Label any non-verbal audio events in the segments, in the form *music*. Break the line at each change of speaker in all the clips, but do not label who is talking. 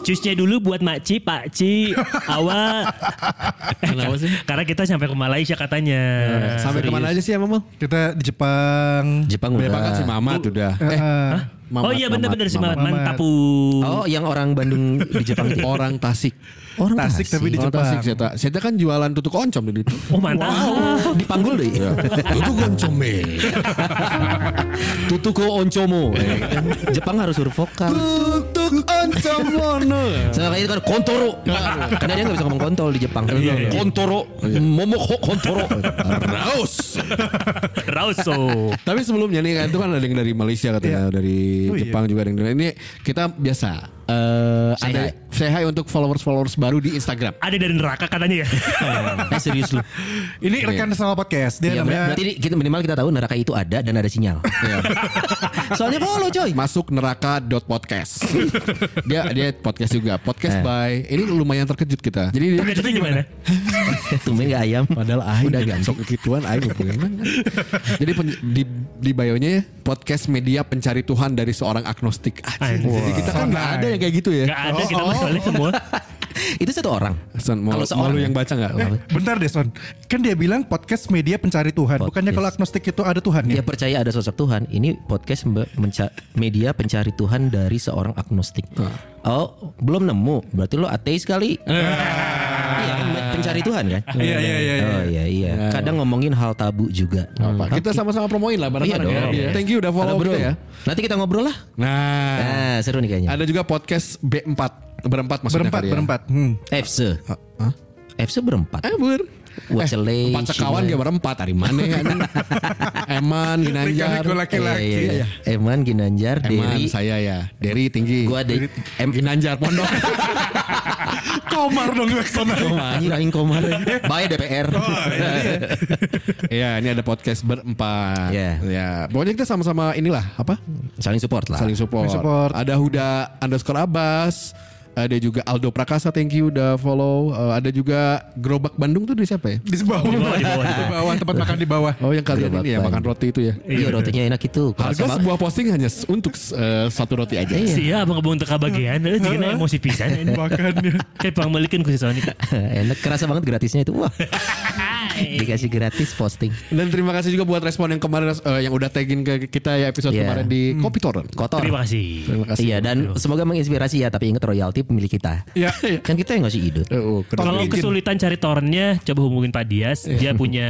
Cusnya dulu buat makci,
*laughs*
pakci, awal.
Kenapa sih?
*laughs*
Iya,
Karena kita sampai ke Malaysia katanya.
Sampai
Serius.
kemana aja sih ya Mamal?
Kita di Jepang.
Jepang udah.
Banyak banget si Mamat udah.
Eh,
oh iya bener-bener sih Mamat
Mamat.
Mantapu.
Oh, yang orang Bandung di Jepang itu.
Orang Tasik.
Orang
Tasik tapi di
Orang
Jepang.
Tasik Zeta. Zeta kan jualan tutuk oncom di situ.
Oh mantap.
*laughs* dipanggul deh.
Iya. Tutuk oncom eh. Tutuko *laughs* oncomo. eh.
Jepang harus huruf vokal.
Tutuk oncom
*laughs*
mono.
Sama kayak itu kan kontoro. Karena dia Kan nggak bisa ngomong kontol di
Iya,
Jepang. Kontoro, momoko kontoro.
Raus.
Rauso.
Tapi sebelumnya nih kan itu kan ada yang dari Malaysia katanya,
Iya.
dari
Oh,
Jepang juga ada yang dari ini kita biasa eh
Say
ada
hi.
say hi untuk followers-followers baru di Instagram.
Ada dari neraka katanya ya.
Eh serius
*laughs*
lu.
Ini rekan sama podcast. Dia
Ya,
namanya
Iya. berarti kita minimal kita tahu neraka itu ada dan ada sinyal. *laughs* Soalnya follow coy.
Iya. Masuk neraka dot podcast. dia dia podcast juga.
Eh.
Podcast by ini lumayan terkejut kita. Jadi *laughs* dia
Terkejutnya gimana?
Tumben gak ayam.
Padahal aing udah ganti kegituan aing pengen. Jadi pen- di di bio-nya ya, podcast media pencari Tuhan dari seorang agnostik. Anjir. Jadi kita kan nggak ada yang kayak gitu ya.
Gak
Oh.
ada kita masalahnya semua.
Itu satu orang.
San, mau,
Kalau
mau
seorang. Eh.
lu yang baca nggak?
Bentar deh Son. Kan dia bilang podcast media pencari Tuhan. Bukannya
Podcast. Iya,
kalau agnostik itu ada Tuhan
Dia
ya?
percaya ada sosok Tuhan. Ini podcast mbe- menca- media pencari Tuhan dari seorang agnostik.
Hmm.
Oh, belum nemu. Berarti lo ateis kali.
Ah.
Iya, kan, pencari Tuhan kan?
Iya, iya, iya, iya.
Oh iya iya. Kadang ngomongin hal tabu juga.
Apa? Kita sama-sama promoin lah
Iya
bareng-bareng
dong.
ya. Thank you udah follow
Halo, bro.
kita ya.
Nanti kita ngobrol lah.
Nah,
Nah, seru nih kayaknya.
ada juga podcast B4. Berempat maksudnya
Berempat,
kali ya.
berempat. Hmm.
FC. FC E berempat.
Eh, bur.
Iya, Wacelei,
empat sekawan
Cina.
dia berempat. Hari mana ya? Eman, Ginanjar.
Nikah-nikah laki-laki.
Iya, iya, iya. Eman Ginanjar
Eman,
Dery.
saya ya. Derry tinggi.
Gua ada
Em Ginanjar pondok.
*laughs* Komar dong Oh, gue kesana.
Anjir aing komar. Bae DPR.
iya,
ya, ini ada podcast berempat.
Iya.
Ya, pokoknya kita sama-sama inilah apa?
Saling support lah.
Saling support.
Saling support.
Ada Huda underscore Abbas. Ada juga Aldo Prakasa, thank you udah follow. Eh, ada juga Gerobak Bandung tuh dari siapa ya?
Di
Oh.
bawah. Di
bawah, di bawah.
Iya,
bawah, tempat makan di bawah.
Oh yang kalian
Gerobak
ini ya makan
Bandung.
roti itu ya.
Iya rotinya enak itu.
Harga
Kerasa *laughs*
sebuah posting hanya s- untuk eh, satu roti aja.
Iya.
Si ya abang abang teka bagian. Eh jangan emosi pisan.
Makannya.
Kayak pangmalikan ku si Sony.
banget. enak kerasa banget gratisnya itu.
*laughs*
Wah. Dikasih gratis posting.
Dan terima kasih juga buat respon yang kemarin eh, yang udah tagging ke kita ya episode
Iya.
kemarin di Kopi Torrent.
Kotor.
Terima kasih.
Terima kasih.
Iya dan semoga menginspirasi ya tapi ingat royalti pemilik kita.
Iya.
Kan kita yang ngasih ide.
Eh, oh, kedua.
Kalau
izin.
kesulitan cari torrentnya, coba hubungin Pak Dias. Dia punya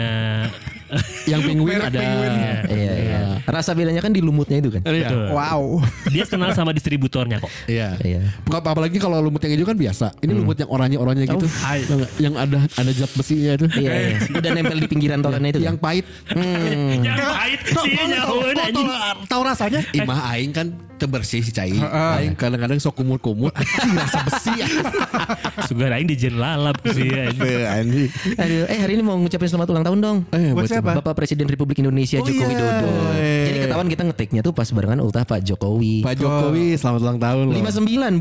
yang penguin
Merek
ada.
penguin.
Iya, iya. Rasa bedanya kan di lumutnya itu kan.
Iya.
Betul.
Wow.
Dia kenal sama distributornya kok.
Iya.
Iya. Hmm.
Ap- Apalagi kalau lumut yang hijau kan biasa. Ini lumut yang oranye-oranye gitu.
hai.
Tau nggak? Yang ada ada zat besinya itu.
Oh, Iya, iya. Udah nempel di pinggiran torannya itu.
Eh. Yang
Kan?
pahit.
Hmm.
Hmm.
Yang pahit sih nyawa anjing.
Tahu rasanya?
Eh.
Imah aing kan tebersih si cai. Aing kadang-kadang sok
*laughs*
kumur-kumur. Anjing rasa besi.
Sugar aing dijen lalap
*laughs*
sih. anjing.
Anjing.
Aduh, eh hari ini mau ngucapin selamat ulang tahun dong.
Eh,
Buat
buat
siapa?
Bapak Presiden Republik Indonesia
Oh,
Joko
iya.
Widodo. Jadi ketahuan kita ngetiknya tuh pas barengan ultah Pak Jokowi.
Pak Jokowi selamat ulang tahun loh.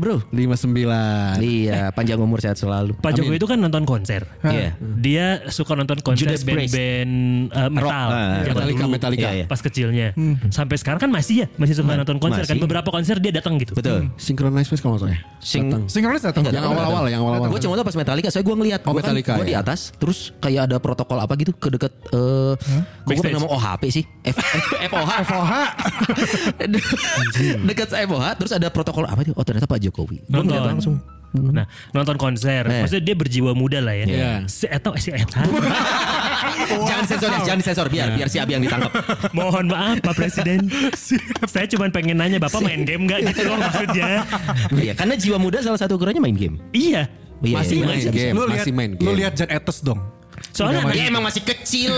59, Bro.
59.
Iya, panjang umur sehat selalu.
Pak Jokowi itu kan nonton konser.
Iya.
Dia suka nonton konser
Judas Priest.
band-band eh, metal.
Rock. Ah,
zaman
Metallica,
dulu.
Metallica.
Iya, iya. Pas kecilnya. Sampai sekarang kan masih ya, masih suka nonton konser kan.
Hmm. masih.
Beberapa konser dia datang gitu.
Hmm.
Betul.
Synchronize Fest kalau nggak salah. ya?
Sing
Sinkronis atau
Yang awal-awal, ya, yang awal-awal.
Gue cuma tau pas Metallica, soalnya gue ngeliat
Oh,
Gua kan-
Metallica,
gua di
ya.
atas, terus kayak ada protokol apa gitu ke deket eh Gue
Backstage.
pengen ngomong OHP sih F, F, FOH FOH *laughs* Deket FOH Terus ada protokol apa tuh Oh ternyata Pak Jokowi Gua
Nonton.
ngeliat langsung Hmm.
Nah, nonton konser.
Eh.
Maksudnya dia berjiwa muda lah ya.
Iya.
Si Eta, si
*laughs*
Eta.
Jangan sensor ya Jangan disensor Biar biar si Abi yang ditangkap
Mohon maaf Pak Presiden. Saya cuma pengen nanya Bapak main game gak gitu loh maksudnya.
Iya karena jiwa muda salah satu ukurannya main game
iya.
Iya,
Masih
iya.
main game,
Lu
masih
lihat
main
lu
game.
lihat Jan Etes dong.
Soalnya
Dia
anak,
emang masih kecil.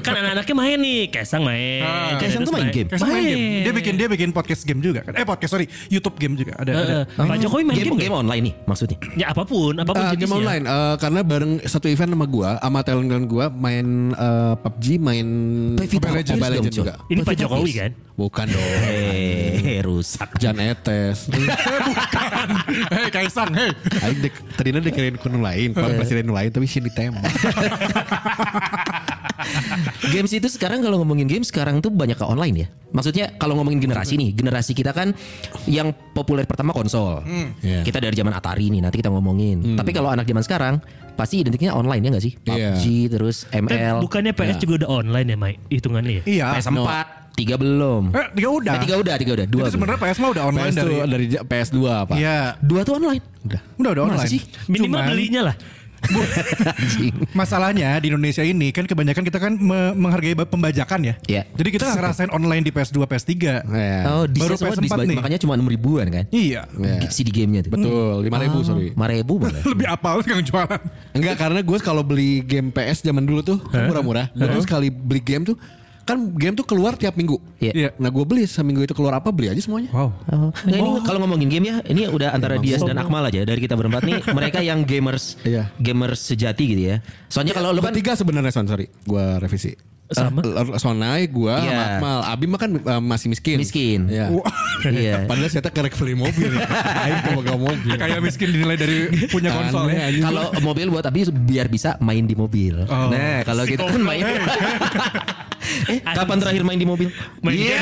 kan anak-anaknya main nih, Kesang main.
Kesang tuh main game?
Kayak main game. Dia bikin dia bikin podcast game juga kan. Eh podcast sorry, YouTube game juga ada. ada.
Eh, Pak Jokowi main game,
game,
nggak?
game online nih maksudnya.
Ya apapun, apapun
Eh, game
jenisnya.
online eh, karena bareng satu event sama gua sama talent gua main eh, PUBG main
Mobile Legends dong,
Legends
Cok.
juga
Ini Pak
Positif
Jokowi
is.
kan?
bukan dong
Eh, rusak.
*laughs* Jan Etes
Hei Kaisang, hei.
Aing dek, tadinya dikirain kuno lain Pak presiden nu lain tapi sih ditembak
Games itu sekarang kalau ngomongin game sekarang tuh banyak ke online ya. Maksudnya kalau ngomongin generasi nih, generasi kita kan yang populer pertama konsol.
Iya.
Ya. Kita dari zaman Atari nih, nanti kita ngomongin. Tapi kalau anak zaman sekarang pasti identiknya online ya nggak sih?
Iya.
PUBG terus
Tapi
ML.
bukannya PS juga udah online ya, Mai? Hitungannya ya?
Iya.
PS4, tiga belum.
Eh, dia udah.
Eh, tiga udah, tiga udah,
Itu
dua. belum.
sebenarnya PS mah udah online
PS
dari.
dari, dari J- PS2 Pak
Iya.
Dua tuh online. *laughs*
udah
Udah udah
Masa
online.
sih?
Minimal
Cuman, *laughs*
belinya lah.
Masalahnya di Indonesia ini kan kebanyakan kita kan me- menghargai ba- pembajakan ya.
Iya.
Jadi kita nggak ngerasain online di PS2, PS3.
Iya.
Oh, di
Baru
semua
PS4
disba-
nih.
makanya cuma enam ribuan kan?
Iya.
Iya.
CD gamenya tuh.
betul lima ribu sorry
Ah, Lima ribu
*laughs*
malah.
Lebih apal yang jualan.
Enggak karena gue kalau beli game PS zaman dulu tuh kan murah-murah. Gue tuh sekali beli game tuh kan game tuh keluar tiap minggu.
Iya.
Iya.
Nah gue beli seminggu itu keluar apa beli aja semuanya.
Wow.
Oh, nah ini kalau ngomongin game ya, ini udah antara Dias dan Akmal aja dari kita berempat
*laughs*
nih, mereka yang gamers,
Iya.
gamers sejati gitu ya. Soalnya kalau lu kan
Bertiga sebenarnya Son, sorry. Gue revisi.
Sama.
Eh, Sonai, gue,
Iya.
sama Akmal. Abi mah kan eh, masih miskin.
miskin,
Iya.
iya.
*laughs* Padahal saya tak kerek beli
*laughs*
mobil. Aing pemegang mobil.
*laughs* *laughs* Kayak miskin dinilai dari punya konsol
Aneh,
ya.
anjing.
Kalau mobil buat Abi biar bisa main di mobil.
Oh.
Oh.
Nah kalau kita kan main. *laughs* eh kapan terakhir main di mobil?
Main
Iya.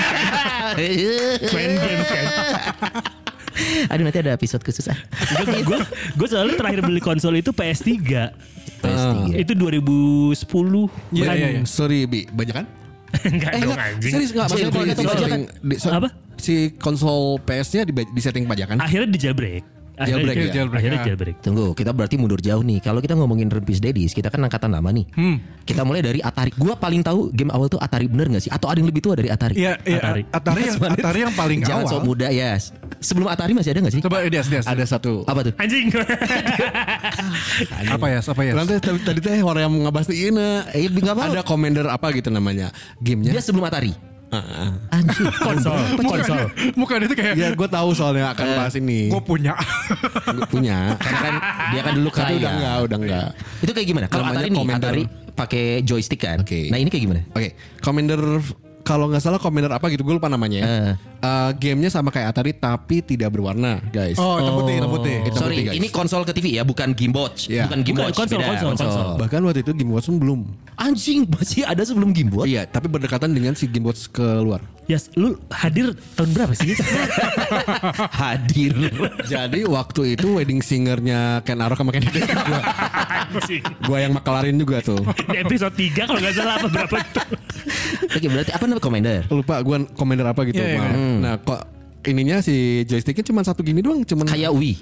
Main games kan?
*laughs* Aduh nanti ada episode khusus ah.
Gue gue selalu terakhir beli konsol itu PS3.
Oh.
PS3.
Itu 2010
Iya,
kan? *laughs*
iya, iya.
Sorry Bi, banyak kan?
Enggak
Eh,
dong
enggak.
anjing.
Serius enggak? Maksudnya kalau
Sorry,
di
sorry,
setting, di, so-
Apa?
Si konsol PS-nya di, di setting pajakan.
Akhirnya dijabrek. Akhirnya
Jailbreak ya?
di-
Jailbreak,
Akhirnya
ya.
dijabrek.
Tunggu, kita berarti mundur jauh nih. Kalau kita ngomongin Rempis Dedis, kita kan angkatan lama nih. Kita mulai dari Atari. Gua paling tahu game awal tuh Atari bener gak sih? Atau ada yang lebih tua dari Atari?
Iya, iya.
Atari.
Atari yang Atari yang paling
Jangan
awal.
sok muda ya. Sebelum Atari masih ada gak sih?
Coba eh, dia, dia.
Ada satu.
Apa tuh?
Anjing. *laughs*
Apa ya? Apa ya?
Nanti tadi tadi teh orang yang iya, ngebahas ini
Eh, nggak apa-apa.
ada commander apa gitu namanya
Dia
gamenya. Ah,
sebelum Atari. Anjir.
Konsol, konsol.
*laughs* Muka dia tuh kayak
Ya gue tahu soalnya akan bahas ini.
gue punya.
Gua punya.
Karena kan dia kan dulu
Tapi udah enggak,
kaya.
udah enggak.
Itu kayak gimana? Kalau
Namanya
Atari nih,
Commander.
Atari pakai joystick kan.
Oke.
Nah ini kayak gimana?
Oke, commander kalau nggak salah commander apa gitu gue lupa namanya. ya.
Eh.
Eh, gamenya sama kayak Atari tapi tidak berwarna, guys.
Oh, hitam putih, hitam putih.
Hitam
Sorry,
putih, guys.
ini konsol ke TV ya, bukan Game Watch.
Iya.
Bukan Game
Bukan,
Watch,
konsol,
beda,
konsol, konsol.
Bahkan waktu itu Game Watch pun belum.
Anjing, masih ada sebelum Game Watch.
Iya, tapi berdekatan dengan si Game Watch keluar.
Yes, lu hadir tahun berapa sih? *laughs*
Hadir.
Jadi waktu itu wedding singernya Ken Arok sama Ken Dedek gua,
Anjing.
gua yang makelarin juga tuh.
Di episode 3 kalau nggak salah apa berapa itu.
Oke, berarti apa namanya Commander?
Lupa gua commander apa gitu.
Iya, iya,
maaf.
iya.
Nah, kok ininya si joysticknya cuma satu gini doang, cuman
Kayak Wii.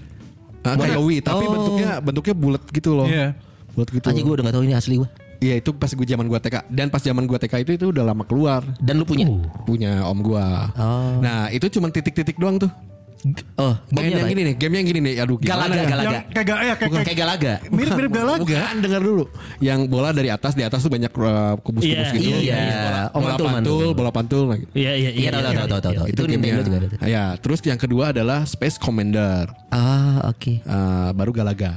Ah, kayak Wii, tapi
Oh.
bentuknya bentuknya bulat gitu loh.
Iya.
Bulat gitu.
Anjing gue udah gak tahu ini asli gue.
Iya, itu pas gue zaman gua TK dan pas zaman gua TK itu itu udah lama keluar.
Dan lu punya.
Punya om gua.
Oh.
Nah, itu cuman titik-titik doang tuh.
Oh,
Game
gamenya
yang
apa?
gini nih, game yang gini nih. Aduh, gimana
Galaga,
ya?
galaga.
*laughs* Yang kayak ga- ya kayak
Bukan kayak galaga.
mirip-mirip galaga.
Bukan, dengar dulu. Yang bola dari atas, di atas tuh banyak uh, kubus-kubus
Iya,
gitu.
iya. Oh,
Bola
mantul,
pantul,
mantul.
bola pantul. nah gitu.
Iya, iya,
Iya, tahu, tahu, tahu, tahu, tahu. Itu Nintendo juga ada.
Ya, terus yang kedua adalah Space Commander.
Ah, oke.
Uh, baru Galaga.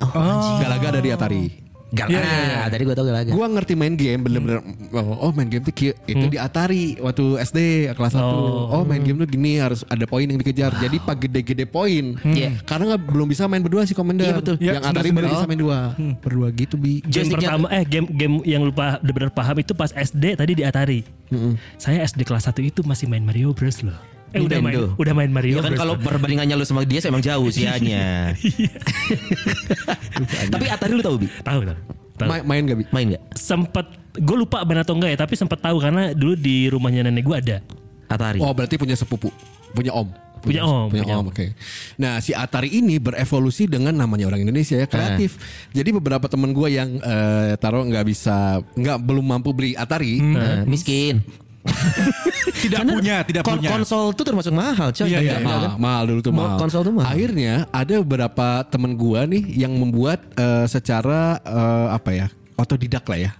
Oh, anjing.
Galaga dari Atari.
Galaga. Ah, Tadi gue tahu galaga.
Gua ngerti main game bener-bener oh, oh, main game tuh ki- itu di Atari waktu SD kelas 1. Oh. main game tuh gini harus ada poin yang dikejar. Jadi pak gede-gede poin.
Iya.
Karena nggak belum bisa main berdua sih Commander.
Iya, betul. Hmm.
Iya,
yang Atari baru
sebenarnya-
bisa main dua. Berdua gitu bi.
Game
Joysticknya-
pertama eh game game yang lupa benar paham itu pas SD tadi di Atari. Saya SD kelas 1 itu masih main Mario Bros loh. Eh udah main
Nintendo.
udah main Mario
Ya kan
Bros.
kalau *laughs* perbandingannya lu sama dia emang jauh usianya. *laughs* Tapi Atari lu tahu Bi?
tahu tahu. tahu.
Ma- main gak bi?
Main gak?
Sempet gue lupa benar atau enggak ya, tapi sempet tahu karena dulu di rumahnya nenek gue ada.
Atari.
Oh berarti punya sepupu, punya om.
Punya om,
punya,
punya
om. Oke. Nah si Atari ini berevolusi dengan namanya orang Indonesia ya
Eh.
kreatif. Jadi beberapa temen gue yang eh, taruh nggak bisa, nggak belum mampu beli Atari.
Hmm.
Nah, miskin.
Tidak punya, tidak
Kon-
punya.
Konsol tuh termasuk mahal, coy.
Iya, iya,
Mahal, kan? mahal dulu tuh
kan? Ma-
mahal.
konsol tuh mahal.
Akhirnya ada beberapa temen gue nih yang membuat eh, secara eh, apa ya? otodidak lah ya.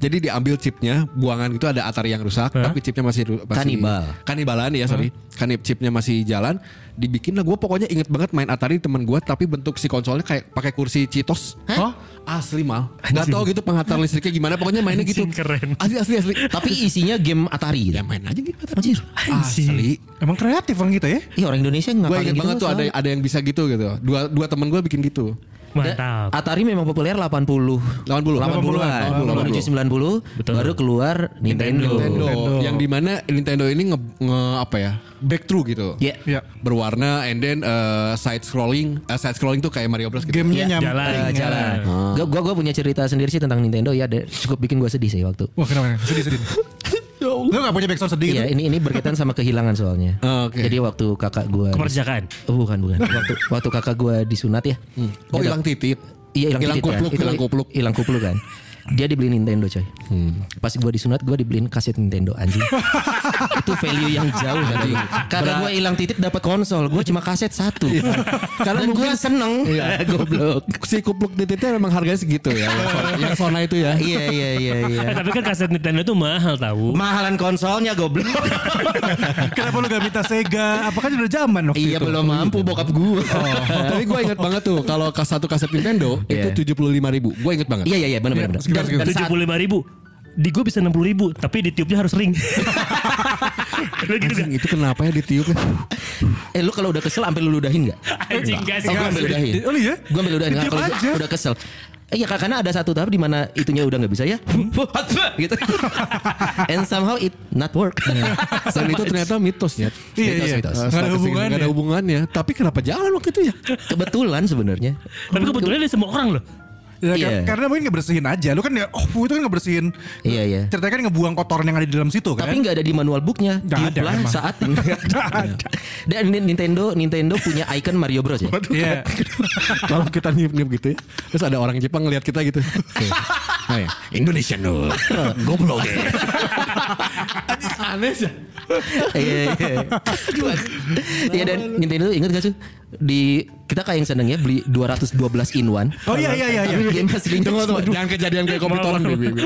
Jadi diambil chipnya, buangan itu ada Atari yang rusak, tapi chipnya masih, ru- masih
Kanibal.
kanibalan ya sorry, kanib chipnya masih jalan, dibikin lah gue pokoknya inget banget main Atari temen gue, tapi bentuk si konsolnya kayak pakai kursi Citos, Hah? asli mal, nggak tahu gitu pengantar listriknya gimana, pokoknya mainnya gitu,
Anjing, keren.
asli asli asli,
*laughs* Tapi isinya game Atari gitu.
ya main aja gitu,
Anjir.
asli,
Emang kreatif bang kita ya?
Iya orang Indonesia
gue
ngapain
inget
gitu
banget tuh ada
selalu.
ada yang bisa gitu gitu, dua dua temen gue bikin gitu,
Mantap.
Atari memang populer
80.
80 80-an
80-an.
menuju 90
Betul.
baru keluar Nintendo.
Nintendo,
Nintendo.
yang dimana Nintendo ini nge, nge- apa ya back through gitu
Ya.
Iya.
berwarna and then uh, side scrolling Eh, side scrolling tuh kayak Mario Bros gitu
Gamenya nyam.
jalan.
Eh, jalan. Gua, gua gua punya cerita sendiri sih tentang Nintendo ya ada- cukup bikin gua sedih sih waktu.
Wah kenapa? kenapa? Sedih sedih. Lu gak punya backsound sedih gitu?
Iya, ini ini berkaitan sama kehilangan soalnya.
Oh, oke.
Jadi waktu kakak gua
Kemerjakaan.
Oh, bukan bukan. Waktu waktu kakak gua disunat ya.
oh
Dia
hilang titik
Iya hilang titik
kupluk
ya. Itu
hilang kupluk Hmm.
Hilang kupluk kan. Dia dibeliin Nintendo coy. Pas gue disunat gue dibeliin kaset Nintendo
*laughs*
anjing. itu value yang jauh tadi. Karena gue hilang titik dapat konsol, gue cuma kaset satu.
Iya.
Karena gue seneng. Iya, *laughs* Goblok.
si kupluk titiknya memang harganya segitu
*laughs*
ya yang sona- yang sona itu ya
Iya iya iya iya.
Eh, tapi kan kaset Nintendo itu mahal tahu.
Mahalan konsolnya goblok.
Kenapa lu gak minta Sega? Apa kan udah zaman waktu
iya
itu?
belum mampu bokap gue.
gitu. Oh. tapi gue inget banget tuh kalau kas satu kaset Nintendo
Iya.
itu 75.000 ribu gue inget banget
Iya iya iya benar benar. benar.
sekitar-
Dan- dan
Tujuh
saat-
puluh lima ribu. Di gue bisa enam puluh ribu, tapi di tiupnya harus
*laughs*
ring. Lu gitu
Anjing,
nggak?
itu kenapa ya ditiup
Eh lu kalau udah kesel sampai lu ludahin gak?
Anjing gas.
Oh, gue ambil ludahin.
Oh, iya?
Gue ambil ludahin.
Diam
Kalau
aja.
gua udah kesel. Iya kak, karena ada satu tahap di mana itunya udah nggak bisa
*laughs*
ya, gitu. And somehow it not work.
dan itu ternyata ya. mitosnya
Iya iya.
Mitos, mitos.
Gak ada hubungannya.
ada hubungannya tapi kenapa jalan waktu itu ya
Kebetulan sebenarnya.
Tapi kebetulan ini semua
*laughs*
orang loh.
Ya,
Iya.
kar- Karena mungkin ngebersihin aja. Lu kan ya, oh itu kan ngebersihin.
Iya, iya.
Ceritanya kan ngebuang kotoran yang ada di dalam situ kan.
Tapi nggak ada di manual booknya.
*laughs* Nggak ada
Tiuplah
emang.
saat *laughs* Dan Nintendo Nintendo punya icon Mario Bros ya.
Iya.
Kalau kita niup-niup gitu ya. Terus ada orang Jepang ngeliat kita gitu. Tuh. Nah, ya. Indonesia no. Goblok deh. Aneh sih.
Iya. iya. Iya dan Nintendo ingat gak sih di kita kayak yang seneng ya beli 212 in one.
Oh iya iya iya. iya.
Tapi *laughs* Game aslinya
Tunggu
cuma
tunggu jangan kejadian kayak kopi orang deh. Bibi.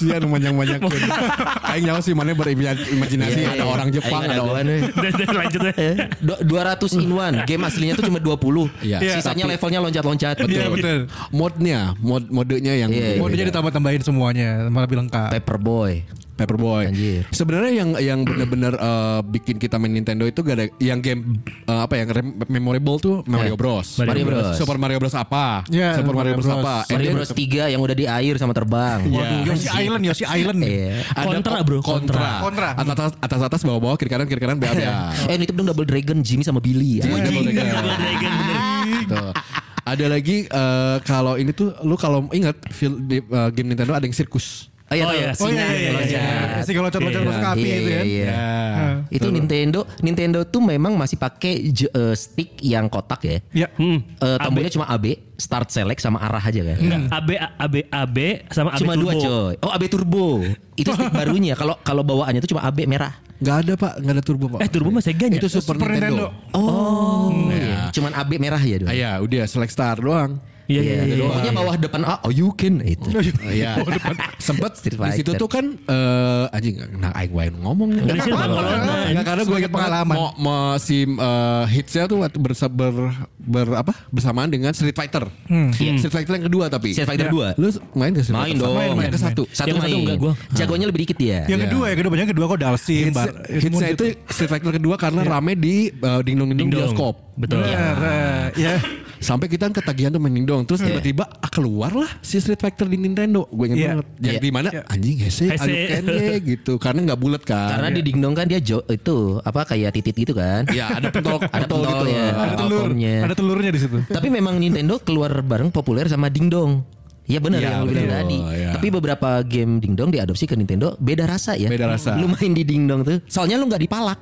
Sian manjang-manjang. Kayak nyawa sih mana berimajinasi
Iya,
ada
iya.
orang Jepang
Ada
ada orang.
apaan, weh?
Dan dan lanjut ya.
Eh, du- 200 in one Game aslinya tuh cuma 20
Iya.
Sisanya levelnya loncat-loncat
Iya betul.
Modnya, mod modenya yang
Iya, iya.
Modenya ditambah-tambahin semuanya, malah lebih lengkap.
Paperboy
Paperboy.
Anjir.
Sebenarnya yang yang benar-benar eh, bikin kita main Nintendo itu gak ada yang game eh, apa ya rem- memorable tuh Mario
Eh,
Bros.
Mario Bros.
Super Mario Bros apa?
Iya,
Super Mario
Mario
Bros,
Bros.
apa? Ah, And
Mario
then Iya.
Bros 3 yang udah di air sama terbang
Waduh, Yoshi Island, Yoshi Island. Oh,
ya. Iya.
Kontra, bro,
Kontra.
kontra.
Atas atas atas, atas bawah bawah kiri kanan kiri kanan BA BA.
Eh nitip dong Double Dragon Jimmy sama Billy ya.
Double
Double
Dragon.
Dragon, *laughs* bener.
Tuh. gitu. Ada lagi eh, kalau ini tuh lu kalau ingat fil- di, eh, game Nintendo ada yang sirkus.
Oh iya
Oh, iya,
Oh
tahu.
iya iya iya.
Loncat.
Sih kalau loncat-loncat
Iya.
masuk ke api
Iya,
itu
iya,
kan.
iya.
Ya.
Itu Nintendo Nintendo tuh memang masih pakai j- eh, stick yang kotak ya
Iya.
Hmm.
Eh, Tombolnya cuma AB Start select sama arah aja kan
Enggak, AB AB AB sama AB
Cuma
turbo.
dua coy Oh AB turbo Itu stick barunya Kalau kalau bawaannya tuh cuma AB merah
Gak ada pak, gak ada turbo pak.
Eh, turbo mah
ya?
Sega-nya?
Itu Super,
Super
Nintendo.
Nintendo.
Oh, iya. cuman AB merah ya dulu.
Ah, ya, udah select star doang.
Iya iya iya. iya.
Pokoknya bawah depan A, oh you can itu. Oh,
Iya. Sempet
Street
di situ
Fighter.
tuh kan eh anjing nah aing wae ngomong.
Dari situ
Nggak
Bang
apa-apa.
Kolonel.
Nggak, karena gue
Sebagai
ingat pengalaman.
pengalaman.
Mau, mau si eh, hitsnya tuh waktu bersa, ber, ber, apa bersamaan dengan Street Fighter. Iya. Street Fighter yang kedua tapi.
Hmm. Street Fighter 2.
Lu main gak Street
Main
Fighter?
dong.
Main, main. Ke satu.
Satu
Yang
main.
satu enggak gua.
Jagonya lebih dikit ya.
Yang kedua ya, kedua banyak kedua kok Dalsim,
Hits,
Bar.
hitsnya itu Street Fighter kedua karena rame di eh, dingdong-dingdong
Dingdong.
bioskop.
Betul.
Bener, eh,
Iya.
ya.
Sampai kita kan ketagihan tuh main dingdong. Terus tiba-tiba ah, keluar lah si Street Fighter di Nintendo. Gue inget
Iya.
banget. Yang
Iya.
di mana anjing hese,
Hese.
ayo gitu. Karena gak bulat kan.
Karena di dingdong kan dia jo, itu apa kayak titit gitu kan.
Ya ada pentol,
Ada
pentol gitu.
pentolnya.
Ada telur,
Alkomnya.
ada telurnya di situ.
Tapi memang Nintendo keluar bareng populer sama dingdong. Iya benar
Iya,
yang lu bilang
betul,
tadi.
iya.
Tapi beberapa game dingdong diadopsi ke Nintendo beda rasa ya.
Beda rasa.
Lu main di dingdong tuh, soalnya lu nggak
*laughs*
dipalak.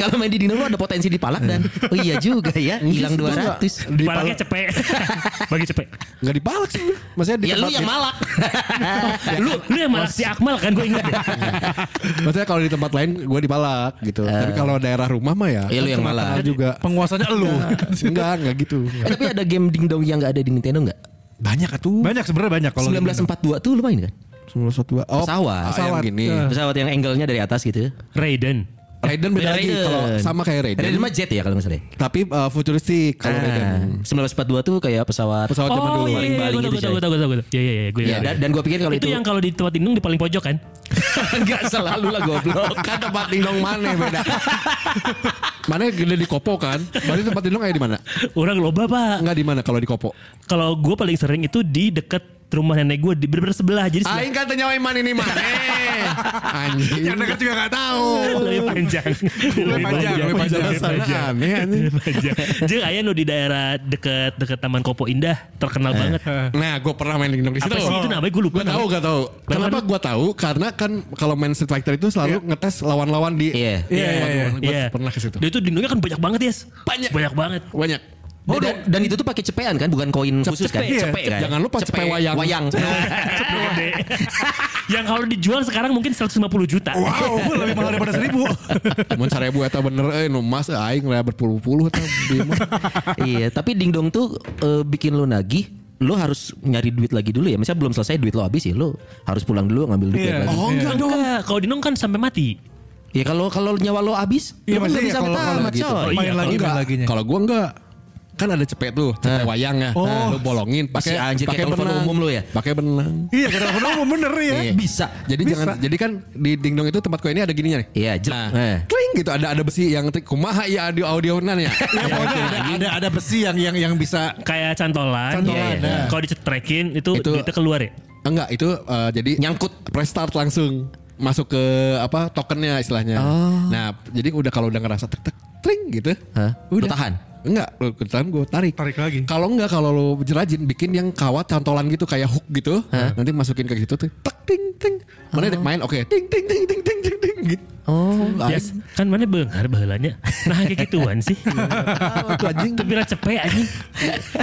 Kalau main di dingdong lu ada potensi dipalak dan oh iya juga ya, hilang
Itu nggak-
200.
Di pala,
Palaknya cepek. *laughs* Bagi cepek.
nggak dipalak sih. Maksudnya di
Ya lu
tempat-
yang malak. Ya.
Lu lu yang malah si Akmal kan gue
*laughs*
ingat. deh.
*laughs* Maksudnya kalau di tempat lain gue dipalak gitu. Tapi kalau daerah rumah mah ya.
Eh. Ya lu yang
kenal-kenal
malak.
juga.
Penguasanya elu.
Iya.
enggak, enggak gitu.
Eh, tapi ada game dingdong yang nggak ada di Nintendo nggak?
Banyak atuh.
Banyak sebenarnya banyak kalau gitu.
1942 tuh lu main kan?
1942. Oh,
Pesawat.
Pesawat. eh. Yang gini.
Pesawat yang angle-nya dari atas gitu.
Raiden.
Raiden Kan beda lagi kalau sama kayak Raiden.
Raiden mah jet ya kalau nggak salah. ya?
Tapi eh, futuristik kalau Raiden.
Ah, 1942 tuh kayak pesawat.
Pesawat zaman dulu.
iya, iya,
Baling-baling
gue
gitu,
tahu,
coy.
gue tahu, gue tahu, gue tahu. Iya, iya, iya, gue
Ya,
ingat.
dan, dan gue pikir kalau
itu,
itu,
yang kalau di tempat indung di paling pojok kan?
nggak selalu lah goblok.
*laughs* Kan tempat dingdong mana beda. mana gede di Kopo kan? Berarti tempat dingdong kayak di mana?
Orang loba pak.
Enggak di mana kalau di Kopo.
Kalau gue paling sering itu di deket rumah nenek gue di bener sebelah jadi sebelah-
Aing kan kata nyawa iman ini mana? Anjing.
Yang dekat juga gak tahu.
lebih panjang
Lebih panjang, lebih panjang.
lebih panjang.
Aneh anjing.
Lebih panjang. Jeung aya nu di daerah deket deket Taman Kopo Indah terkenal banget.
Nah, gue pernah main dingdong di situ.
Apa sih itu namanya gue lupa.
Gue tahu,
namanya.
gak tahu. Kenapa gue tahu? Karena kan kalau main Street Fighter itu selalu ngetes lawan-lawan di.
Iya.
Iya,
Iya,
iya,
iya.
Gue pernah ke situ.
Dia itu dindungnya kan banyak banget ya. Banyak. Banyak banget.
Banyak.
Oh, dan, dan itu tuh pakai cepean kan, bukan koin khusus kan?
iya.
Cepe kan?
Jangan lupa cepe wayang.
Wayang.
Gede. *laughs* Yang kalau dijual sekarang mungkin 150 juta.
Wow, lebih mahal daripada seribu.
Oh,
Mun seribu eta bener eh nu mas aing rea berpuluh-puluh eta di mah.
*laughs* iya, tapi dingdong tuh eh, bikin lo nagih, lo harus nyari duit lagi dulu ya. Misalnya belum selesai duit lo habis ya, lo harus pulang dulu ngambil duit
Iya.
lagi.
*laughs* Oh,
enggak dong. Kalau dinong kan sampai mati.
Ya kalau kalau nyawa lo habis,
Iya,
lo kan nggak
maksudnya
bisa
kalau- kalau
tamat
gitu.
coy.
iya,
Main lagi, main laginya.
Kalau gua enggak kan ada cepet tuh, cepet wayang ya.
Oh.
Lu bolongin pakai
Masih anjir, kayak
pakai
telepon
benang.
umum lu ya?
Pakai benang.
Iya, kata telepon umum bener ya.
Iya.
Bisa.
Jadi
Bisa.
jangan jadi kan di dingdong itu tempat kue ini ada gininya nih.
Iya, jelek.
Nah,
Eh.
kling gitu ada ada besi yang tik- kumaha ya audio audionan
*laughs*
ya.
Ya, pokoknya ada, ada, ada besi yang yang yang bisa
Kayak cantolan.
Cantolan,
Iya, iya.
ya.
Kalau dicetrekin itu
Itu-
duitnya keluar ya.
Enggak, itu eh, jadi nyangkut restart langsung masuk ke apa tokennya istilahnya. Nah, jadi udah kalau udah ngerasa tek tek tring gitu.
Oh. Hah?
Udah
Lu tahan?
Enggak, lu tahan gue tarik.
Tarik lagi.
Kalau enggak kalau lu jerajin bikin yang kawat cantolan gitu kayak hook gitu, nanti masukin ke situ tuh tek ting ting. Mana dek main oke ting ting ting ting ting ting ting gitu.
Oh,
Yes. Kan mana bengar baheulanya. *laughs* Nah kayak gituan sih.
anjing.
Tapi lah cepet anjing.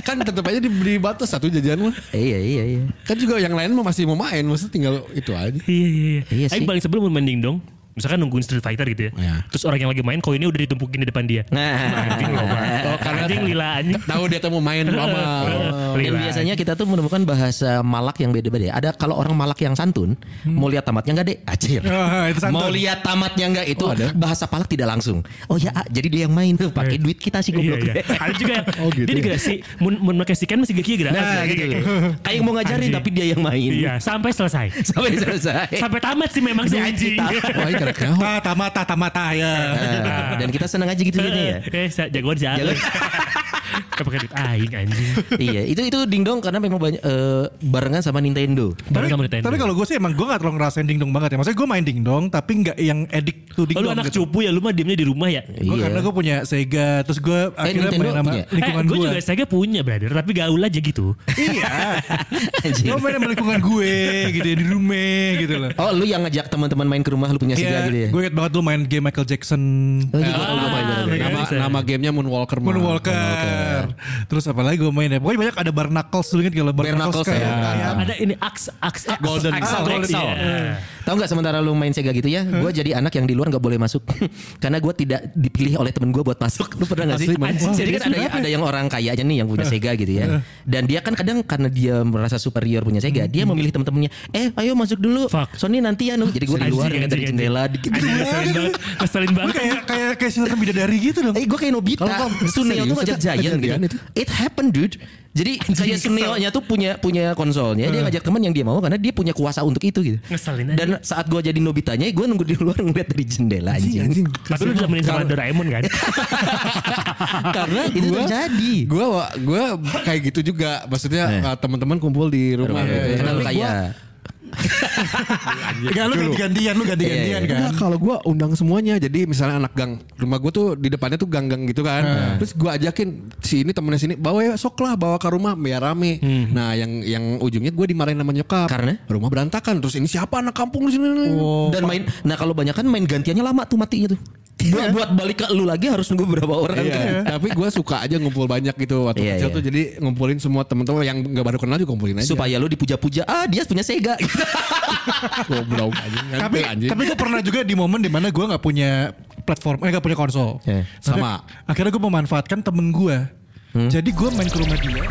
kan tetap aja diberi batas satu jajan mah.
iya iya iya.
Kan juga yang lain mah masih mau main, maksudnya tinggal itu aja.
Iya iya iya.
Iya
Aing
sih.
paling sebelum mau main dingdong. Misalkan nungguin Street Fighter gitu ya.
Iya.
Terus orang yang lagi main koinnya udah ditumpukin di depan dia.
Nah,
Anjing loba. Anjing lila anjing.
Tahu dia tuh mau main
*laughs*
lama.
Dan
Lila.
Kan biasanya kita tuh menemukan bahasa Malak yang beda-beda. ya. Ada kalau orang Malak yang santun, mau lihat tamatnya nggak deh, acir.
Oh, *laughs*
Ah, itu santun.
Mau lihat tamatnya nggak itu
Oh, ada.
bahasa Palak tidak langsung. Oh ya, ah, jadi dia yang main tuh pakai duit kita sih
Iya,
goblok.
iya. Ada juga yang
Oh, gitu
dia
ya.
juga sih mun mun make si Ken masih gak kira.
*laughs* Nah, gitu. Kayak yang mau ngajarin
Anjing.
tapi dia yang main.
Iya, sampai selesai.
*laughs* Sampai selesai.
Sampai tamat sih memang *laughs* si anjing.
Wah, ini karek nyaho.
Ta, ta, mata, ta, mata, ya.
Nah, dan kita senang aja gitu jadinya ya.
*laughs* Eh, sa- jagoan sih.
Jagoan.
*laughs* Tapi kan aing anjing.
iya, itu itu dingdong karena memang banyak eh, barengan sama Nintendo.
Baru
Tapi,
kamu ditanya. Oh,
tapi kalau gue sih emang gue gak terlalu ngerasain dingdong banget ya. Maksudnya gue main dingdong tapi gak yang edik
Oh,
tuh
lu
dingdong.
anak cupu ya, lu mah diemnya di rumah ya.
Gue
Iya.
karena gue punya Sega terus gue akhirnya
Nintendo
main sama
punya?
lingkungan
eh, gue
gue.
juga Sega punya brother, tapi gaul aja gitu.
Iya.
*laughs* Anjing.
Oh,
Gue main sama lingkungan gue gitu ya di rumah gitu loh.
Oh, lu yang ngajak teman-teman main ke rumah lu punya Sega
Iya,
gitu ya.
gue inget banget lu main game Michael Jackson.
Oh, iya,
Ah,
gua
Nah.
tahu, gua tahu, gua tahu.
Mega
nama,
Design.
nama gamenya Moonwalker. mah.
Moonwalker. Terus apa lagi gue main ya. Pokoknya banyak ada Bare Knuckles dulu kan kalau Bare
Bare
Knuckles
Knuckles,
kayak.
ya.
kayak-
Ada ini aks aks aks-
Golden.
aks-
Ah,
aks-
Golden
aks-
Hour.
iya.
Tahu nggak sementara lu main Sega gitu ya, gue jadi anak yang di luar nggak boleh masuk *laughs* karena gue tidak dipilih oleh temen gue buat masuk. Lu pernah nggak sih?
Asli, man.
Anjing, Jadi kan ada, ada yang orang kaya aja nih yang punya Sega gitu ya, dan dia kan kadang karena dia merasa superior punya Sega, dia memilih temen-temennya, eh ayo masuk dulu,
Hmm. Fuck.
Sony nanti ya, Nu." jadi gue di luar
Anjing,
ya, dari
anjing,
jendela. dikit.
Anjing, ngeselin banget. Ngeselin
Lu
banget.
kayak kayak kayak sinetron bidadari gitu dong.
Eh gue kayak Nobita
Kalau kok
Suneo tuh
serius ya,
ngajak Giant gitu
kejadian itu?
It happened dude Jadi kayak Suneo-nya tuh punya punya konsolnya Dia ngajak teman yang dia mau Karena dia punya kuasa untuk itu gitu
Ngeselin aja.
Dan saat gue jadi Nobitanya Gue nunggu di luar ngeliat dari jendela anjing
Anjing.
Tapi lu ditemenin sama Doraemon kan?
*laughs* Karena itu
Gua-
terjadi
Gua gua kayak gitu juga. Maksudnya uh, teman-teman kumpul di rumah.
Iya,
gitu.
Karena lu
Tapi
kaya
*laughs* gua-
Enggak lu ganti-gantian, lu
Iya,
ganti-gantian kan.
Enggak, kalau gua undang semuanya. Jadi misalnya anak gang, rumah gua tuh di depannya tuh gang-gang gitu kan. Terus gua ajakin si ini temennya sini, bawa ya sok lah bawa ke rumah biar rame. Nah, yang yang ujungnya gua dimarahin sama nyokap.
Karena?
rumah berantakan. Terus ini siapa anak kampung di sini?
Dan main Nah kalau banyak kan main gantiannya lama tuh matinya tuh Buat, buat balik ke lu lagi harus nunggu berapa orang
Iya. Tapi gue suka aja ngumpul banyak gitu waktu
ya. Iya,
kecil
iya.
tuh. Jadi ngumpulin semua teman-teman yang nggak baru kenal juga ngumpulin aja.
Supaya lu dipuja-puja Ah dia punya Sega *laughs*
Goblok anjing.
tapi
Ngantil, anjing.
tapi gue pernah juga di momen dimana gue nggak punya platform eh nggak punya konsol
Iya.
Akhirnya-
Sama.
akhirnya gue memanfaatkan temen gue Jadi gue main ke rumah dia.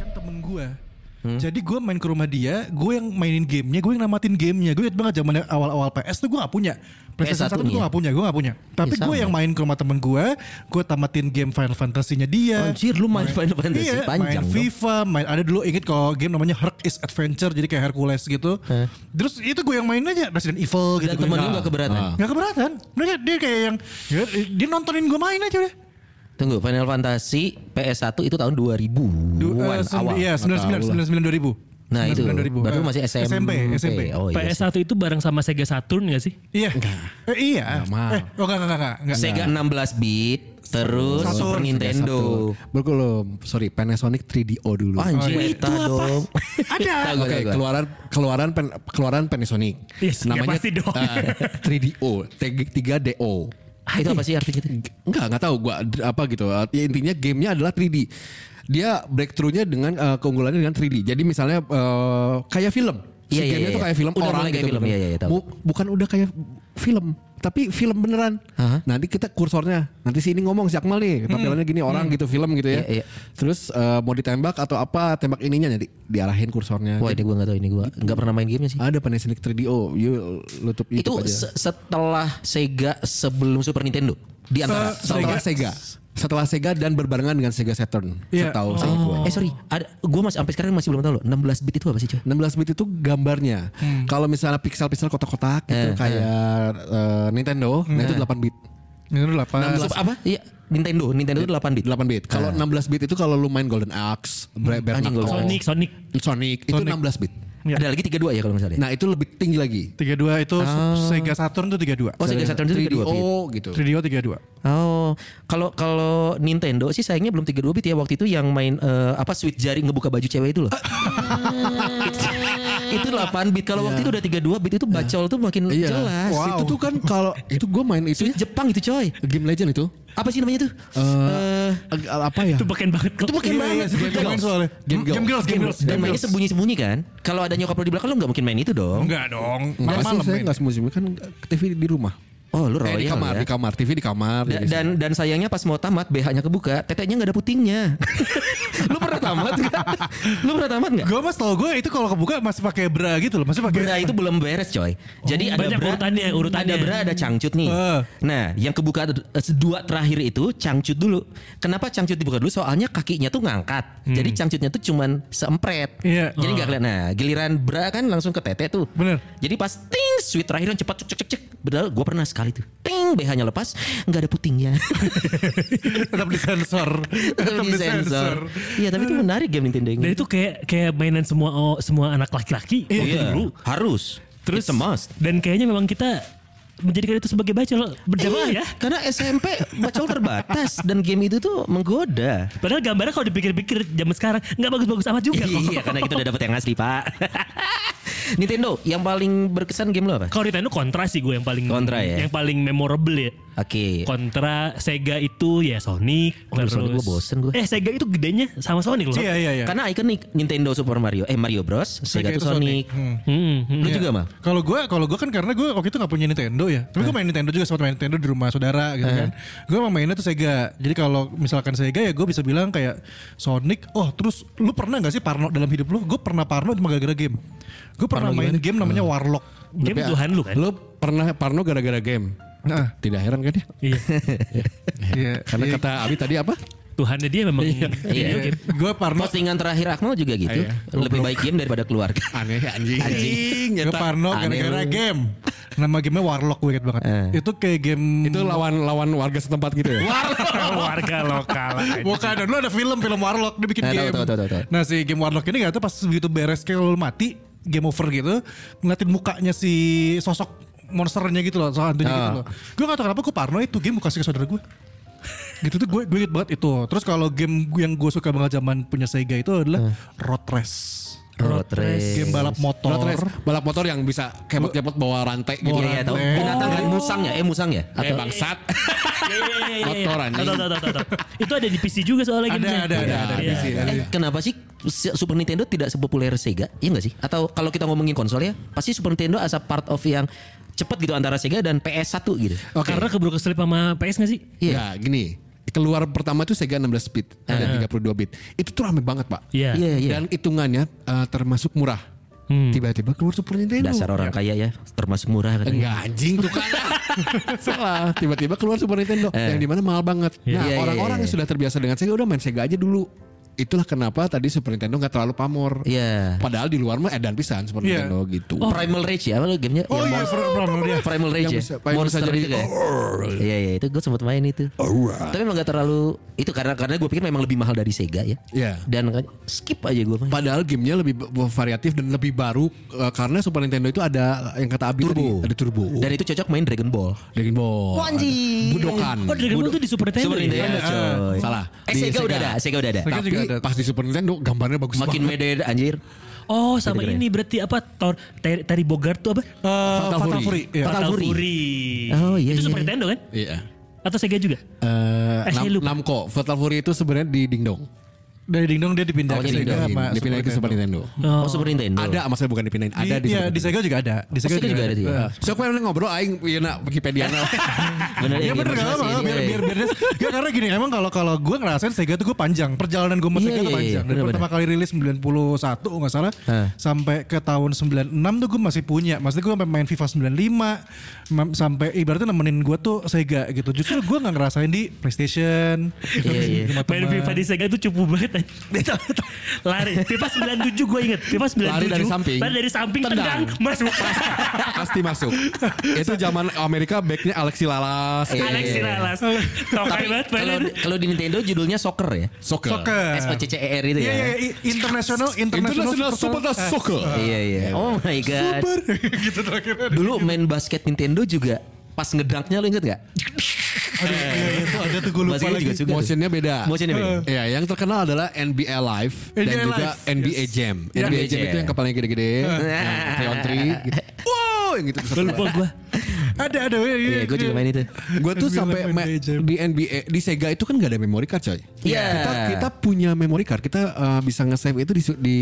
Kan temen gue. Jadi gue main ke rumah dia, gue yang mainin gamenya, gue yang namatin gamenya. Gue inget banget zaman awal-awal PS tuh gue gak punya. PlayStation
PS1
satu tuh gue
iya.
gak punya, gue gak punya. Tapi gue
sama.
yang main ke rumah temen gue, gue tamatin game Final Fantasy-nya dia.
Anjir lu main Final Fantasy
Iya, main
panjang dong.
FIFA, main ada dulu inget kalau game namanya Herc is Adventure jadi kayak Hercules gitu. Terus itu gue yang main aja Resident Evil gitu.
Dan temen lu gak keberatan.
Gak keberatan. Dia, dia kayak yang ya, dia nontonin gue main aja udah.
Tunggu Final Fantasy PS1 itu tahun 2000
Du- eh,
awal.
sembilan- Iya, 99 99 2000.
Nah itu
99 2000.
baru
Eh,
masih SMP.
SMP, SMP.
Oh iya.
PS1 itu bareng sama Sega Saturn gak sih?
Iya. Eh,
Nggak
iya.
mau.
Eh, oh enggak enggak enggak enggak.
Sega 16 bit terus
Saturn.
Super Nintendo.
Belum, sorry, Panasonic 3DO dulu.
Anjir,
iya.
eta dong.
*laughs* Ada.
Tahu gua,
Oke,
tahu gua.
keluaran keluaran pen, keluaran Panasonic.
Yes, ya pasti dong.
eh, 3DO, 3DO.
Ah, itu apa sih artinya? itu?
Enggak, enggak tahu gua d- apa gitu. Ya, intinya gamenya adalah 3D. Dia breakthrough-nya dengan eh, keunggulannya dengan 3D. Jadi misalnya eh, kayak film.
Iya, iya,
gamenya
iya.
tuh kayak film
Udah
orang
mulai
gitu.
kayak film, iya, iya, iya, tahu.
Bu- bukan udah kayak film, tapi film beneran.
Aha. Hmm.
Nanti kita kursornya, nanti si ini ngomong si Akmal nih, tampilannya gini orang gitu film gitu ya.
Iya, iya.
Terus eh, mau ditembak atau apa, tembak ininya jadi diarahin kursornya.
Wah ini gue gak tau ini gue gak pernah main gamenya sih.
Ada Panasonic 3DO, you lutup Ah,
itu
YouTube aja.
se- setelah Sega sebelum Super Nintendo di antara.
setelah Sega. Setelah Sega dan berbarengan dengan Sega Saturn.
Iya.
Setahu saya gua.
Eh sorry, ada, gue masih sampai sekarang masih belum tahu loh. 16 bit itu apa sih coy?
16 bit itu gambarnya. Kalau misalnya pixel-pixel kotak-kotak gitu
Eh,
kayak eh, Nintendo, nah itu 8 bit.
Ini dulu apa?
Sup- apa? Iya Nintendo, Nintendo itu 8 bit.
8 bit. Kalau 16 bit itu kalau lu main Golden Axe, Bra- Bare
Anjing,
Knuckle,
Sonic, Sonic.
Sonic, itu 16 bit.
Iya.
Ada lagi 32 ya kalau nggak salah. ya?
Nah, itu lebih tinggi lagi.
32 itu Sega Saturn tuh Iya. 32.
Ah. oh Sega Saturn itu 32 bit.
3DO gitu.
3DO 32.
Oh, kalau kalau Nintendo sih sayangnya belum 32 bit ya waktu itu yang main eh, apa sweet jari ngebuka baju cewek itu loh. *laughs* itu 8 bit. Kalau waktu itu udah 32 bit itu bacol tuh makin
Iya.
jelas.
Itu tuh kan kalau *laughs* itu gua main itu ya.
Sweet Jepang itu coy.
game legend itu.
Apa sih namanya tuh? Eh,
Ag- apa ya?
Itu beken banget kok.
itu makin
Iya,
banget.
iya, game girls soalnya.
Game girls.
Game girls, game girls.
Dan
game
mainnya
girls.
sembunyi-sembunyi kan? Kalau ada nyokap lo di belakang lo nggak mungkin main itu dong.
Enggak
Enggak
dong.
sih,
Malam-malam
saya
main.
enggak semusim kan TV di rumah.
Oh lu royal
eh, di kamar,
ya.
di kamar, TV di kamar.
Da-
jadi-
dan dan sayangnya pas mau tamat BH-nya kebuka, teteknya nggak ada putingnya. *laughs* lu pernah tamat nggak? Lu pernah tamat nggak?
Gue mas tau gue itu kalau kebuka masih pakai bra gitu loh, masih pakai
Bra itu belum beres coy. Jadi ada
banyak
bra,
urutannya, urutannya.
ada bra, ada cangcut nih.
Eh.
Nah, yang kebuka eh, dua terakhir itu cangcut dulu. Kenapa cangcut dibuka dulu? Soalnya kakinya tuh ngangkat. Jadi cangcutnya tuh cuman seempret.
Iya.
Jadi nggak kelihatan. Nah, giliran bra kan langsung ke tete tuh.
Bener. Jadi
Jadi pas ting sweet terakhir yang cepat cek cek cek cek. Benar, gue pernah sekali tuh. Ting BH-nya lepas, nggak ada putingnya.
tetap disensor.
*laughs* Tetap disensor. Iya, tapi itu menarik game Nintendo ini. Oh,
Dan Nah, itu kayak kayak mainan semua oh, semua anak laki-laki waktu
Iya.
dulu.
harus. Terus semas.
Dan kayaknya memang kita menjadikan itu sebagai bacol berjamaah
Iya,
ya.
Karena SMP bacol terbatas dan game itu tuh menggoda.
Padahal gambarnya kalau dipikir-pikir zaman sekarang nggak bagus-bagus amat
*laughs*
juga kok.
iya, karena kita udah dapet yang asli, Pak. *laughs* Nintendo, yang paling berkesan game lo apa?
Kalau Nintendo kontra sih gue yang paling
Contra ya?
yang paling memorable ya.
Oke.
Kontra Sega itu ya Sonic.
Oh, Sonic gue bosen gue.
Eh Sega itu gedenya sama Sonic loh.
Iya iya iya.
Karena ikonik Nintendo Super Mario, eh Mario Bros, Sega
Sega
tuh
itu
Sonic.
Sonic. Iya.
Hmm, hmm.
Lu juga, Mal?
Kalau gue, kalau gue kan karena gue waktu itu gak punya Nintendo ya. Tapi gue
Eh.
main Nintendo juga sempat main Nintendo di rumah saudara gitu kan. Gue emang mainnya tuh Sega. Jadi kalau misalkan Sega ya gue bisa bilang kayak Sonic. Oh terus lu pernah gak sih Parno dalam hidup lu? Gue pernah Parno cuma gara-gara game. Gue pernah main game namanya
Eh.
Warlock.
Game
Tapi, ya,
Tuhan lu
*laughs*
kan.
Lu pernah parno gara-gara game.
Nah,
Tidak heran kan ya?
Iya.
iya.
Karena kata Abi tadi apa?
Tuhannya dia memang
Iya.
video game.
Gue Parno.
Postingan terakhir Akmal juga
Iya.
gitu. Lebih baik game daripada keluarga.
*laughs*
Aneh anjing. Anjing.
Gue Parno
Aneh
gara-gara
lu.
game. Nama gamenya Warlock gue inget banget.
Eh.
Itu kayak game.
Itu lawan lawan warga setempat gitu ya.
*laughs* Warga lokal.
Iya,
aja.
Bukan, dan lu ada film, film Warlock, dia bikin
Nah, tahu,
game.
tahu, tahu, tahu, tahu.
Nah si game Warlock ini gak tuh pas begitu beres kayak lu mati, game over gitu, ngeliatin mukanya si sosok monsternya gitu loh, soal hantunya gitu loh. Gue gak tau kenapa gue parno itu game gue kasih ke saudara gue. gitu tuh gue gue inget banget itu. Terus kalau game yang gue suka banget zaman punya Sega itu adalah Road Race.
Road race.
game balap motor.
Road race, balap motor yang bisa kepot-kepot bawa rantai gitu.
Iya, iya, tahu.
Oh.
Binatang kan musang ya? Eh, musang
Iya,
ya?
Eh bangsat.
iya.
Iya,
Motor, anjing.
Tahu, tahu, tahu, tahu, tahu. Itu ada di PC juga soalnya
Ada,
gamenya.
ada, ada, ada di
Iya.
PC, ada di-
Eh, kenapa sih Super Nintendo tidak sepopuler Sega? Iya gak sih? Atau kalau kita ngomongin konsol ya, pasti Super Nintendo as a part of yang cepet gitu antara Sega dan PS1 gitu.
Karena keburu keselip sama PS gak sih?
Ya gini, keluar pertama tuh Sega 16 bit dan 32 bit. Itu tuh rame banget pak.
Iya.
Iya, iya.
Dan hitungannya eh, termasuk murah. Tiba-tiba keluar Super Nintendo.
Dasar orang kaya ya, termasuk murah kan.
Enggak anjing tuh kan. *laughs* Salah. Tiba-tiba keluar Super Nintendo yang dimana mahal banget. Nah
Iya, iya,
orang-orang
iya,
yang sudah terbiasa dengan Sega udah main Sega aja dulu. Itulah kenapa tadi Super Nintendo nggak terlalu pamor.
Iya.
Padahal di luar mah edan pisan Super
Iya.
Nintendo gitu.
Primal Rage ya, apa lu gamenya?
Oh
Yang
iya,
monster-
per- per- dia.
Primal Rage
Yang
ya.
bisa- yang bisa jadi-
juga ya. Iya, iya, itu gue sempat main itu. Tapi emang gak terlalu itu karena karena gue pikir memang lebih mahal dari Sega ya.
Iya.
Dan skip aja gue main.
Padahal gamenya lebih b- variatif dan lebih baru eh, karena Super Nintendo itu ada yang kata Abi
Turbo.
tadi, ada turbo.
Dan itu cocok main Dragon Ball.
Dragon Ball.
Wanji.
Ada Budokan.
Oh Dragon Ball
Budo-
tuh di Super Nintendo
Hmm, Super
ya?
Nintendo, iya. coy.
Iya. Salah.
Eh
Di
Sega, udah ada, Sega udah ada.
Sega
Tapi
juga ada.
pas di Super Nintendo gambarnya bagus
Makin
banget.
mede anjir.
Oh sama ini berarti apa Tor, Terry, Terry Bogard tuh apa?
Eh,
Fatal
Fatal,
Fury.
Fury. iya.
Fatal Fury. Oh, iya,
Itu
iya,
Super
iya.
Nintendo kan?
Iya.
Atau Sega juga?
Eh,
Eh, saya
Nam-
lupa.
Namco Fatal Fury itu sebenarnya di Dingdong.
Dari Dingdong dia dipindah
Awalnya
ke Sega
Dingdong,
sama
Dipindahin ke Super Nintendo.
Oh, Super Nintendo.
Ada maksudnya bukan dipindahin,
Di,
ada di
iya,
Super
di
Nintendo.
Sega juga ada. Di
Sega juga ada tuh ya?
Heeh.
So kemarin ngobrol aing punya
*laughs*
Wikipedia
Bener
Iya bener gak apa-apa biar, biar, biar, dia- Gak, karena gini emang kalau kalau gue ngerasain Sega tuh gue panjang Perjalanan gue sama
Iya,
Sega
iya,
tuh
iya,
panjang Dari
bener-bener.
pertama kali rilis 91 oh, gak salah
Hah.
Sampai ke tahun 96 tuh gue masih punya Maksudnya gue sampai main FIFA 95 mam- Sampai ibaratnya nemenin gue tuh Sega gitu Justru gue gak ngerasain di Playstation gitu,
Iya, iya.
sama
Main
teman.
FIFA di Sega itu cupu banget. anjing. *laughs* Lari. FIFA 97 gue inget. FIFA 97.
Lari dari samping.
Lari dari samping. Tendang.
Tendang.
Masuk.
pasti masuk. Itu zaman Amerika backnya Alexi Lalas.
*laughs* Iya,
Alex
iya, iya.
Siralas. Tokai
Tapi
banget.
kalau
mainan.
kalau di Nintendo judulnya soccer ya.
Soccer.
Soccer
S O C C E R itu
Iya
ya.
iya iya i- International International,
International Super
Superstar- Eh,
Soccer.
Iya iya. Oh my god.
*laughs* Gitu terakhir
Dulu main basket Nintendo juga pas ngedunknya lo inget gak?
Aduh iya iya tuh ada tuh gue lupa
Basketnya
lagi
juga suka tuh.
Motionnya beda.
Motionnya beda.
Iya, yang terkenal adalah NBA Live dan
NBA
juga
Live,
NBA
yes. Iya.
Jam.
Ya.
NBA Jam
Jam.
itu yang kepalanya gede-gede, yang three
*laughs*
on three, gitu. Wow, yang gitu.
Gue lupa gue.
Ada ada iya, iya,
Iya, gue juga
iya.
main itu.
Gue tuh
NBA
sampai
Jam.
ma- di NBA di Sega itu kan gak ada memory card coy.
Iya.
Kita kita punya memory card, kita eh, bisa nge-save itu di, su- di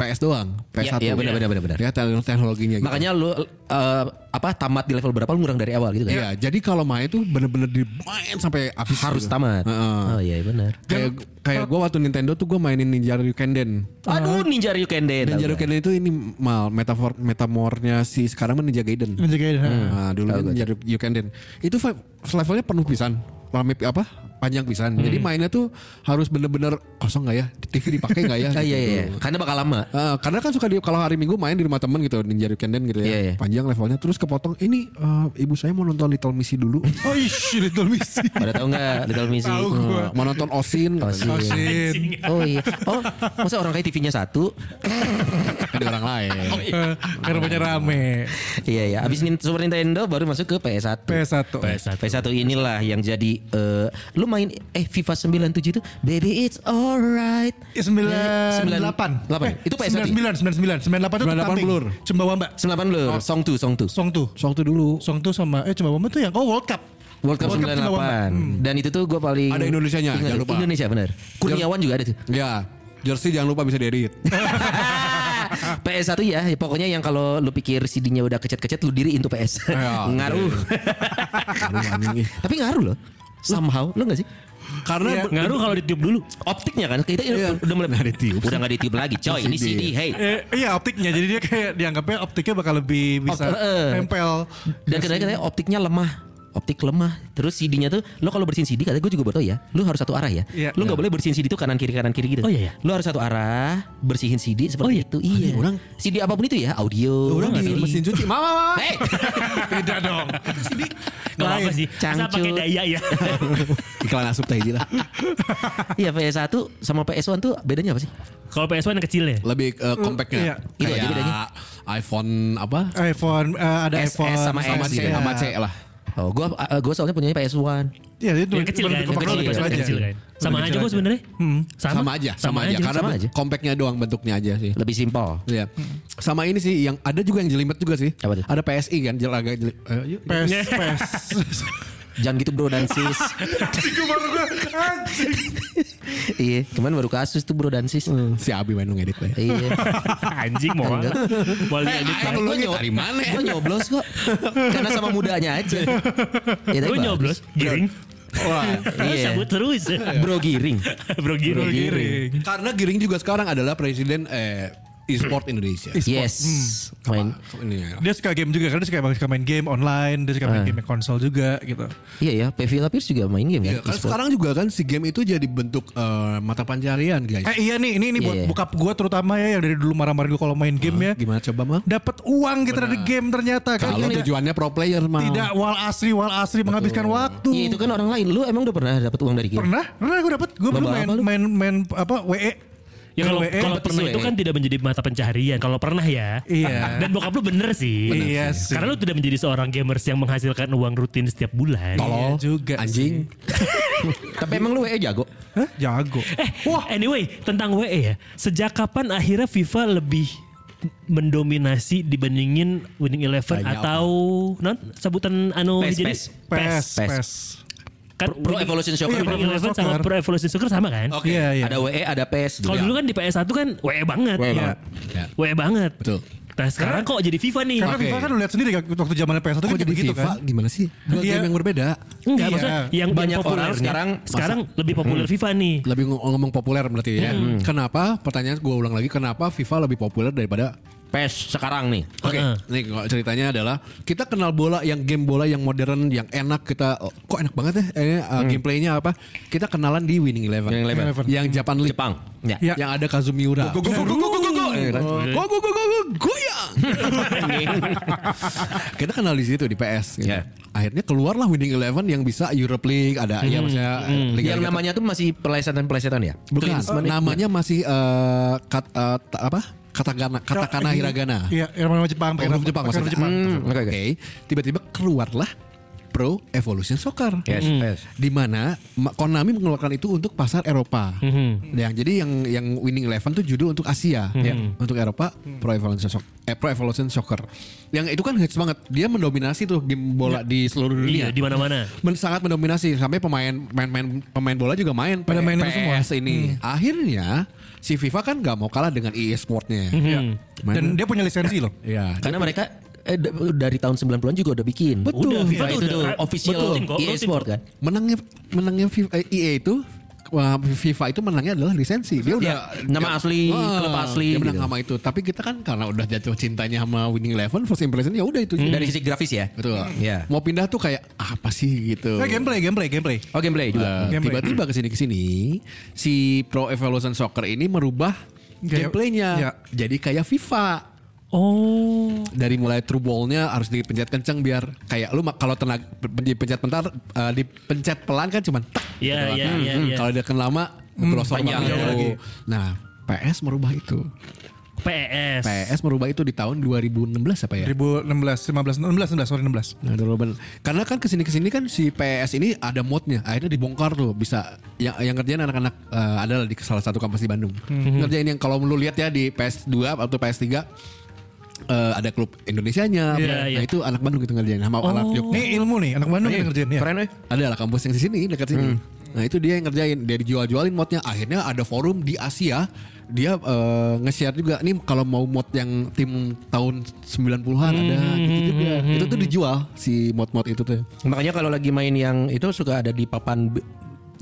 PS doang, PS1.
iya, benar, benar, benar, benar.
Ya teknologi- teknologinya gitu.
Makanya lu eh, apa tamat di level berapa lu ngurang dari awal gitu kan?
Iya, jadi kalau main tuh bener-bener dimain sampai habis.
Harus
gitu.
tamat.
Heeh.
Oh iya benar.
Kayak kayak gue waktu Nintendo tuh gue mainin Ninja Ryukenden.
Aduh Ninja Ryuken deh.
Ninja
tau gak?
Ryukenden itu ini mal metafor metamornya si sekarang mah Ninja Gaiden.
Menjaga ide.
Nah, dulu kan Ninja Ryukenden. Itu fa- levelnya penuh pisan. Rame pi- apa? Panjang pisan. Jadi mainnya tuh harus bener-bener kosong nggak ya? Di TV dipakai nggak ya?
*laughs* Ah, iya
Gitu.
iya. Karena bakal lama.
Eh, karena kan suka di kalau hari Minggu main di rumah temen gitu Ninja Ryukenden gitu ya.
Iya, iya.
Panjang levelnya terus kepotong ini eh, ibu saya mau nonton Little Missy
*laughs*
dulu.
Oh ish, Little *laughs* Miss.
Pada tahu nggak Little Missy?
Tahu gua.
Eh, mau nonton Osin. katanya.
Osin.
Asin.
Oh iya. Oh, masa orang kayak TV-nya satu?
Ada orang lain. *laughs*
Eh, Karena banyak rame.
iya iya. Abis Nin- Super Nintendo baru masuk ke PS1.
PS1.
PS1 inilah yang jadi eh, lu main eh FIFA 97 itu baby it's alright.
Eh, 98.
98. Itu PS1.
99, 99. 98 itu
98
Tamping.
blur.
Cembawamba.
98 belum. Song 2, Song 2.
Song tuh.
Song tuh dulu.
Song tuh sama eh Cembawamba tuh yang oh World Cup.
World Cup 98. Dan itu tuh gue paling
Ada Indonesianya,
ingat.
jangan lupa.
Indonesia benar. Kurniawan juga ada tuh.
Ya, jersey jangan lupa bisa diedit.
*laughs* PS1 ya, ya pokoknya yang kalau lu pikir CD-nya udah kecet-kecet lu diriin tuh PS. *laughs*
Ya,
ngaruh. Tapi ngaruh loh. Somehow, lu gak sih?
Karena
Iya.
Ngaruh kalau ditiup dulu.
Optiknya kan kita udah mulai
Nggak ditiup.
Udah gak ditiup lagi, coy. ini
CD.
CD, hey.
Eh, iya optiknya jadi dia kayak dianggapnya optiknya bakal lebih bisa
Opt- eh.
nempel.
Dan kadang katanya optiknya lemah optik lemah terus CD-nya tuh lo kalau bersihin CD katanya gue juga baru tau ya lo harus satu arah ya
Iya.
lo nggak boleh bersihin CD tuh kanan kiri kanan kiri gitu
Oh, iya, iya.
lo harus satu arah bersihin CD
Oh,
seperti
iya.
itu iya
orang-
CD apapun itu ya audio
orang di
CD.
mesin cuci, mama, mama.
Hey!
Beda dong. Sini.
Gak apa-apa sih. Masa
Cangcut.
pakai daya ya.
*laughs*
Iklan asup teh hiji lah.
Iya PS1 sama PS1 tuh bedanya apa sih?
Kalau PS1 yang kecil ya.
Lebih eh, compactnya.
Iya.
Itu aja bedanya.
Kayak iPhone apa?
iPhone eh, ada
S,
iPhone
S sama
Sama
S
C,
gitu.
sama C lah.
Oh, gua eh, gua soalnya punyanya PS1.
Ya, itu
Yang kecil kan, yang
keperluan
kecil,
lebih
yang kecil kan. Sama
Lebih
aja
kecil
kok sebenarnya.
Sama, aja, sama, aja. Karena
sama aja. Hmm.
compactnya doang bentuknya aja sih.
Lebih simpel.
Iya. Sama ini sih yang ada juga yang jelimet juga sih.
Apa tuh?
Ada PSI kan jel agak jeli, eh, yuk.
Pes,
Iya.
*laughs* pes.
Jangan gitu bro dan sis. iya, kemarin baru kasus tuh bro dan sis.
si Abi main ngedit lah. ya.
Iya.
*laughs* Anjing mau. gitu. Mau lihat
Eh,
Kan
lu
gua
nih
nyob-
dari mana ya?
Gua nyoblos kok. Karena sama mudanya aja. Ya, tapi
Gue
bagus.
nyoblos, giring.
Wah.
Terus
Iya.
cabut terus.
Bro giring.
*laughs* Bro giring.
Giring.
Karena Giring juga sekarang adalah presiden eh, e-sport Indonesia.
Yes. Main.
Ini ya.
Dia suka game juga karena dia suka, suka main game online, dia suka main game konsol juga gitu.
Iya ya, Pevila Pierce juga main game
Iya, kan
kan. E-sport.
sekarang juga kan si game itu jadi bentuk eh, mata pencarian guys.
Eh iya nih, ini ini
Iya,
buat
iya.
bokap gua terutama ya yang dari dulu marah-marah gua kalau main game ya.
Gimana coba mal?
Dapat uang kita dari game ternyata kan
Kalau
tidak,
tujuannya pro player mal.
tidak wal asri wal asri menghabiskan waktu.
Iya itu kan orang lain. Lu emang udah pernah dapat uang dari game?
Pernah? Pernah gue dapet Gue dulu
Lomba
main,
apa lu?
main main apa E. WE.
Ya kalau
WE.
kalau
Kompetisi
pernah itu
WE.
kan tidak menjadi mata pencaharian. Kalau pernah ya.
Iya.
*laughs* Dan bokap lu bener sih.
Bener Iya sih. sih.
Karena lu tidak menjadi seorang gamers yang menghasilkan uang rutin setiap bulan.
Tolol.
Iya juga
Anjing.
*laughs* Tapi emang lu WE jago?
Hah? Jago.
Eh, anyway, tentang WE ya. Sejak kapan akhirnya FIFA lebih mendominasi dibandingin Winning Eleven
Banyak.
atau non sebutan anu
PES,
jadi
PES.
Pes,
PES.
pes.
kan
Pro Evolution Soccer.
Iya, Pro
Winning Eleven
Evolution
sama
Soccer.
Pro Evolution Soccer sama kan?
Oke.
Iya, iya.
Ada WE, ada E PS.
Kalau dulu kan di PS1 kan WE banget.
WE
Iya.
banget.
Ya.
WE banget.
Betul.
Nah, sekarang kok jadi FIFA nih?
E Karena
Oke.
FIFA kan lu lihat sendiri kan, waktu zamannya PS1
Kok
kan
jadi
begitu
FIFA
kan.
gimana sih? Dua
Iya.
game yang berbeda.
Enggak,
Iya.
maksudnya yang
Banyak
yang populer
orang sekarang Hmm.
sekarang lebih populer FIFA nih.
Lebih ng- ngomong populer berarti ya. Kenapa? Pertanyaan gue ulang lagi. Kenapa FIFA lebih populer daripada
PES E sekarang nih.
Oke,
Heeh.
nih kalau ceritanya adalah kita kenal bola yang game bola yang modern, yang enak kita oh, kok enak banget ya, eh, uh, gameplaynya apa? Kita kenalan di Winning Eleven,
Winning Eleven.
yang Japan League,
Jepang. Ya. *laughs*
Iya.
yang ada Kazumiura.
Go, go, go, go, go, go, go, go.
Eh, kan? Go, go, go, go, go, goyang. *laughs* kita kenal di situ di PS. gitu.
Ya.
Akhirnya keluarlah Winning Eleven yang bisa Europe League, ada ya maksudnya eh, liga-liga
Hmm, Yang namanya tuh masih pelesetan-pelesetan ya?
Bukan,
Klinsmann itu.
namanya masih eh, kat, eh, ta- apa? Katakana, katakana hiragana.
Iya, yang namanya Jepang. pakai
huruf
nama-
Jepang
pakai huruf
maksudnya.
Jepang.
Hmm, Oke, oke. tiba-tiba keluarlah Pro Evolution Soccer.
Yes,
Hmm.
yes.
Di mana Ma- Konami mengeluarkan itu untuk pasar Eropa. Yang jadi yang yang Winning Eleven tuh judul untuk Asia, ya. untuk Eropa Pro Evolution Soccer. Eh, Pro Evolution Soccer. Yang itu kan hits banget. Dia mendominasi tuh game bola di seluruh
Iya,
dunia.
di mana-mana.
Men- sangat mendominasi sampai pemain pemain pemain bola juga main
Pada
P-
main itu
PS
semua.
ini akhirnya si FIFA kan nggak mau kalah dengan EA Sportnya Main-
Dan dia punya lisensi loh.
ya
Karena mereka eh, d- dari tahun 90-an juga udah bikin.
Betul.
Udah, FIFA
Iya,
itu
udah.
tuh official
Betul. Rutin kok,
EA
rutin
Sport
kok.
kan.
menangnya menangnya FIFA, eh, EA itu wah, FIFA itu menangnya adalah lisensi. Dia udah Ah,
Ya, nama asli, klub asli
Dia menang
gitu.
sama itu. Tapi kita kan karena udah jatuh cintanya sama Winning Eleven first impression ya udah itu.
Dari sisi grafis ya.
Betul.
Iya.
Mau pindah tuh kayak apa sih gitu.
Nah, gameplay, gameplay, gameplay.
Iya.
Oh gameplay juga.
Eh,
Gameplay.
tiba-tiba kesini kesini si Pro Evolution Soccer ini merubah
Kayak-
gameplaynya
Ya.
jadi kayak FIFA
Oh.
dari mulai true ball-nya harus dipencet kenceng biar kayak lu ma- kalau tenaga dipencet bentar eh, dipencet pelan kan cuman tek gitu kan.
Iya, iya, iya, iya.
kalau dia lama crossover
panjang.
lagi.
Lagi.
nah PS merubah itu
PES.
PS merubah itu di tahun 2016 apa ya
2016, 15, 16, 16, sorry 16.
Nah, itu Robin. Karena kan kesini kesini kan si PS ini ada modnya, akhirnya dibongkar tuh bisa yang yang kerjaan anak-anak eh, adalah di salah satu kampus di Bandung.
Hmm.
Ngerjain yang kalau lu lihat ya di PS2 atau PS3 eh, ada klub Indonesianya.
Iya, Oh.
nah,
iya.
itu anak Bandung itu ngerjain sama anak Jogja.
Ini ilmu nih, anak Bandung yang ngerjain ya.
Keren eh.
Ada lah kampus yang di sini dekat sini. Nah, itu dia yang ngerjain, dia dijual-jualin modnya. Akhirnya ada forum di Asia. Dia eh, nge-share juga nih kalau mau mod yang tim tahun 90-an ada gitu juga. Itu tuh dijual si mod-mod itu tuh.
Makanya kalau lagi main yang itu suka ada di papan b-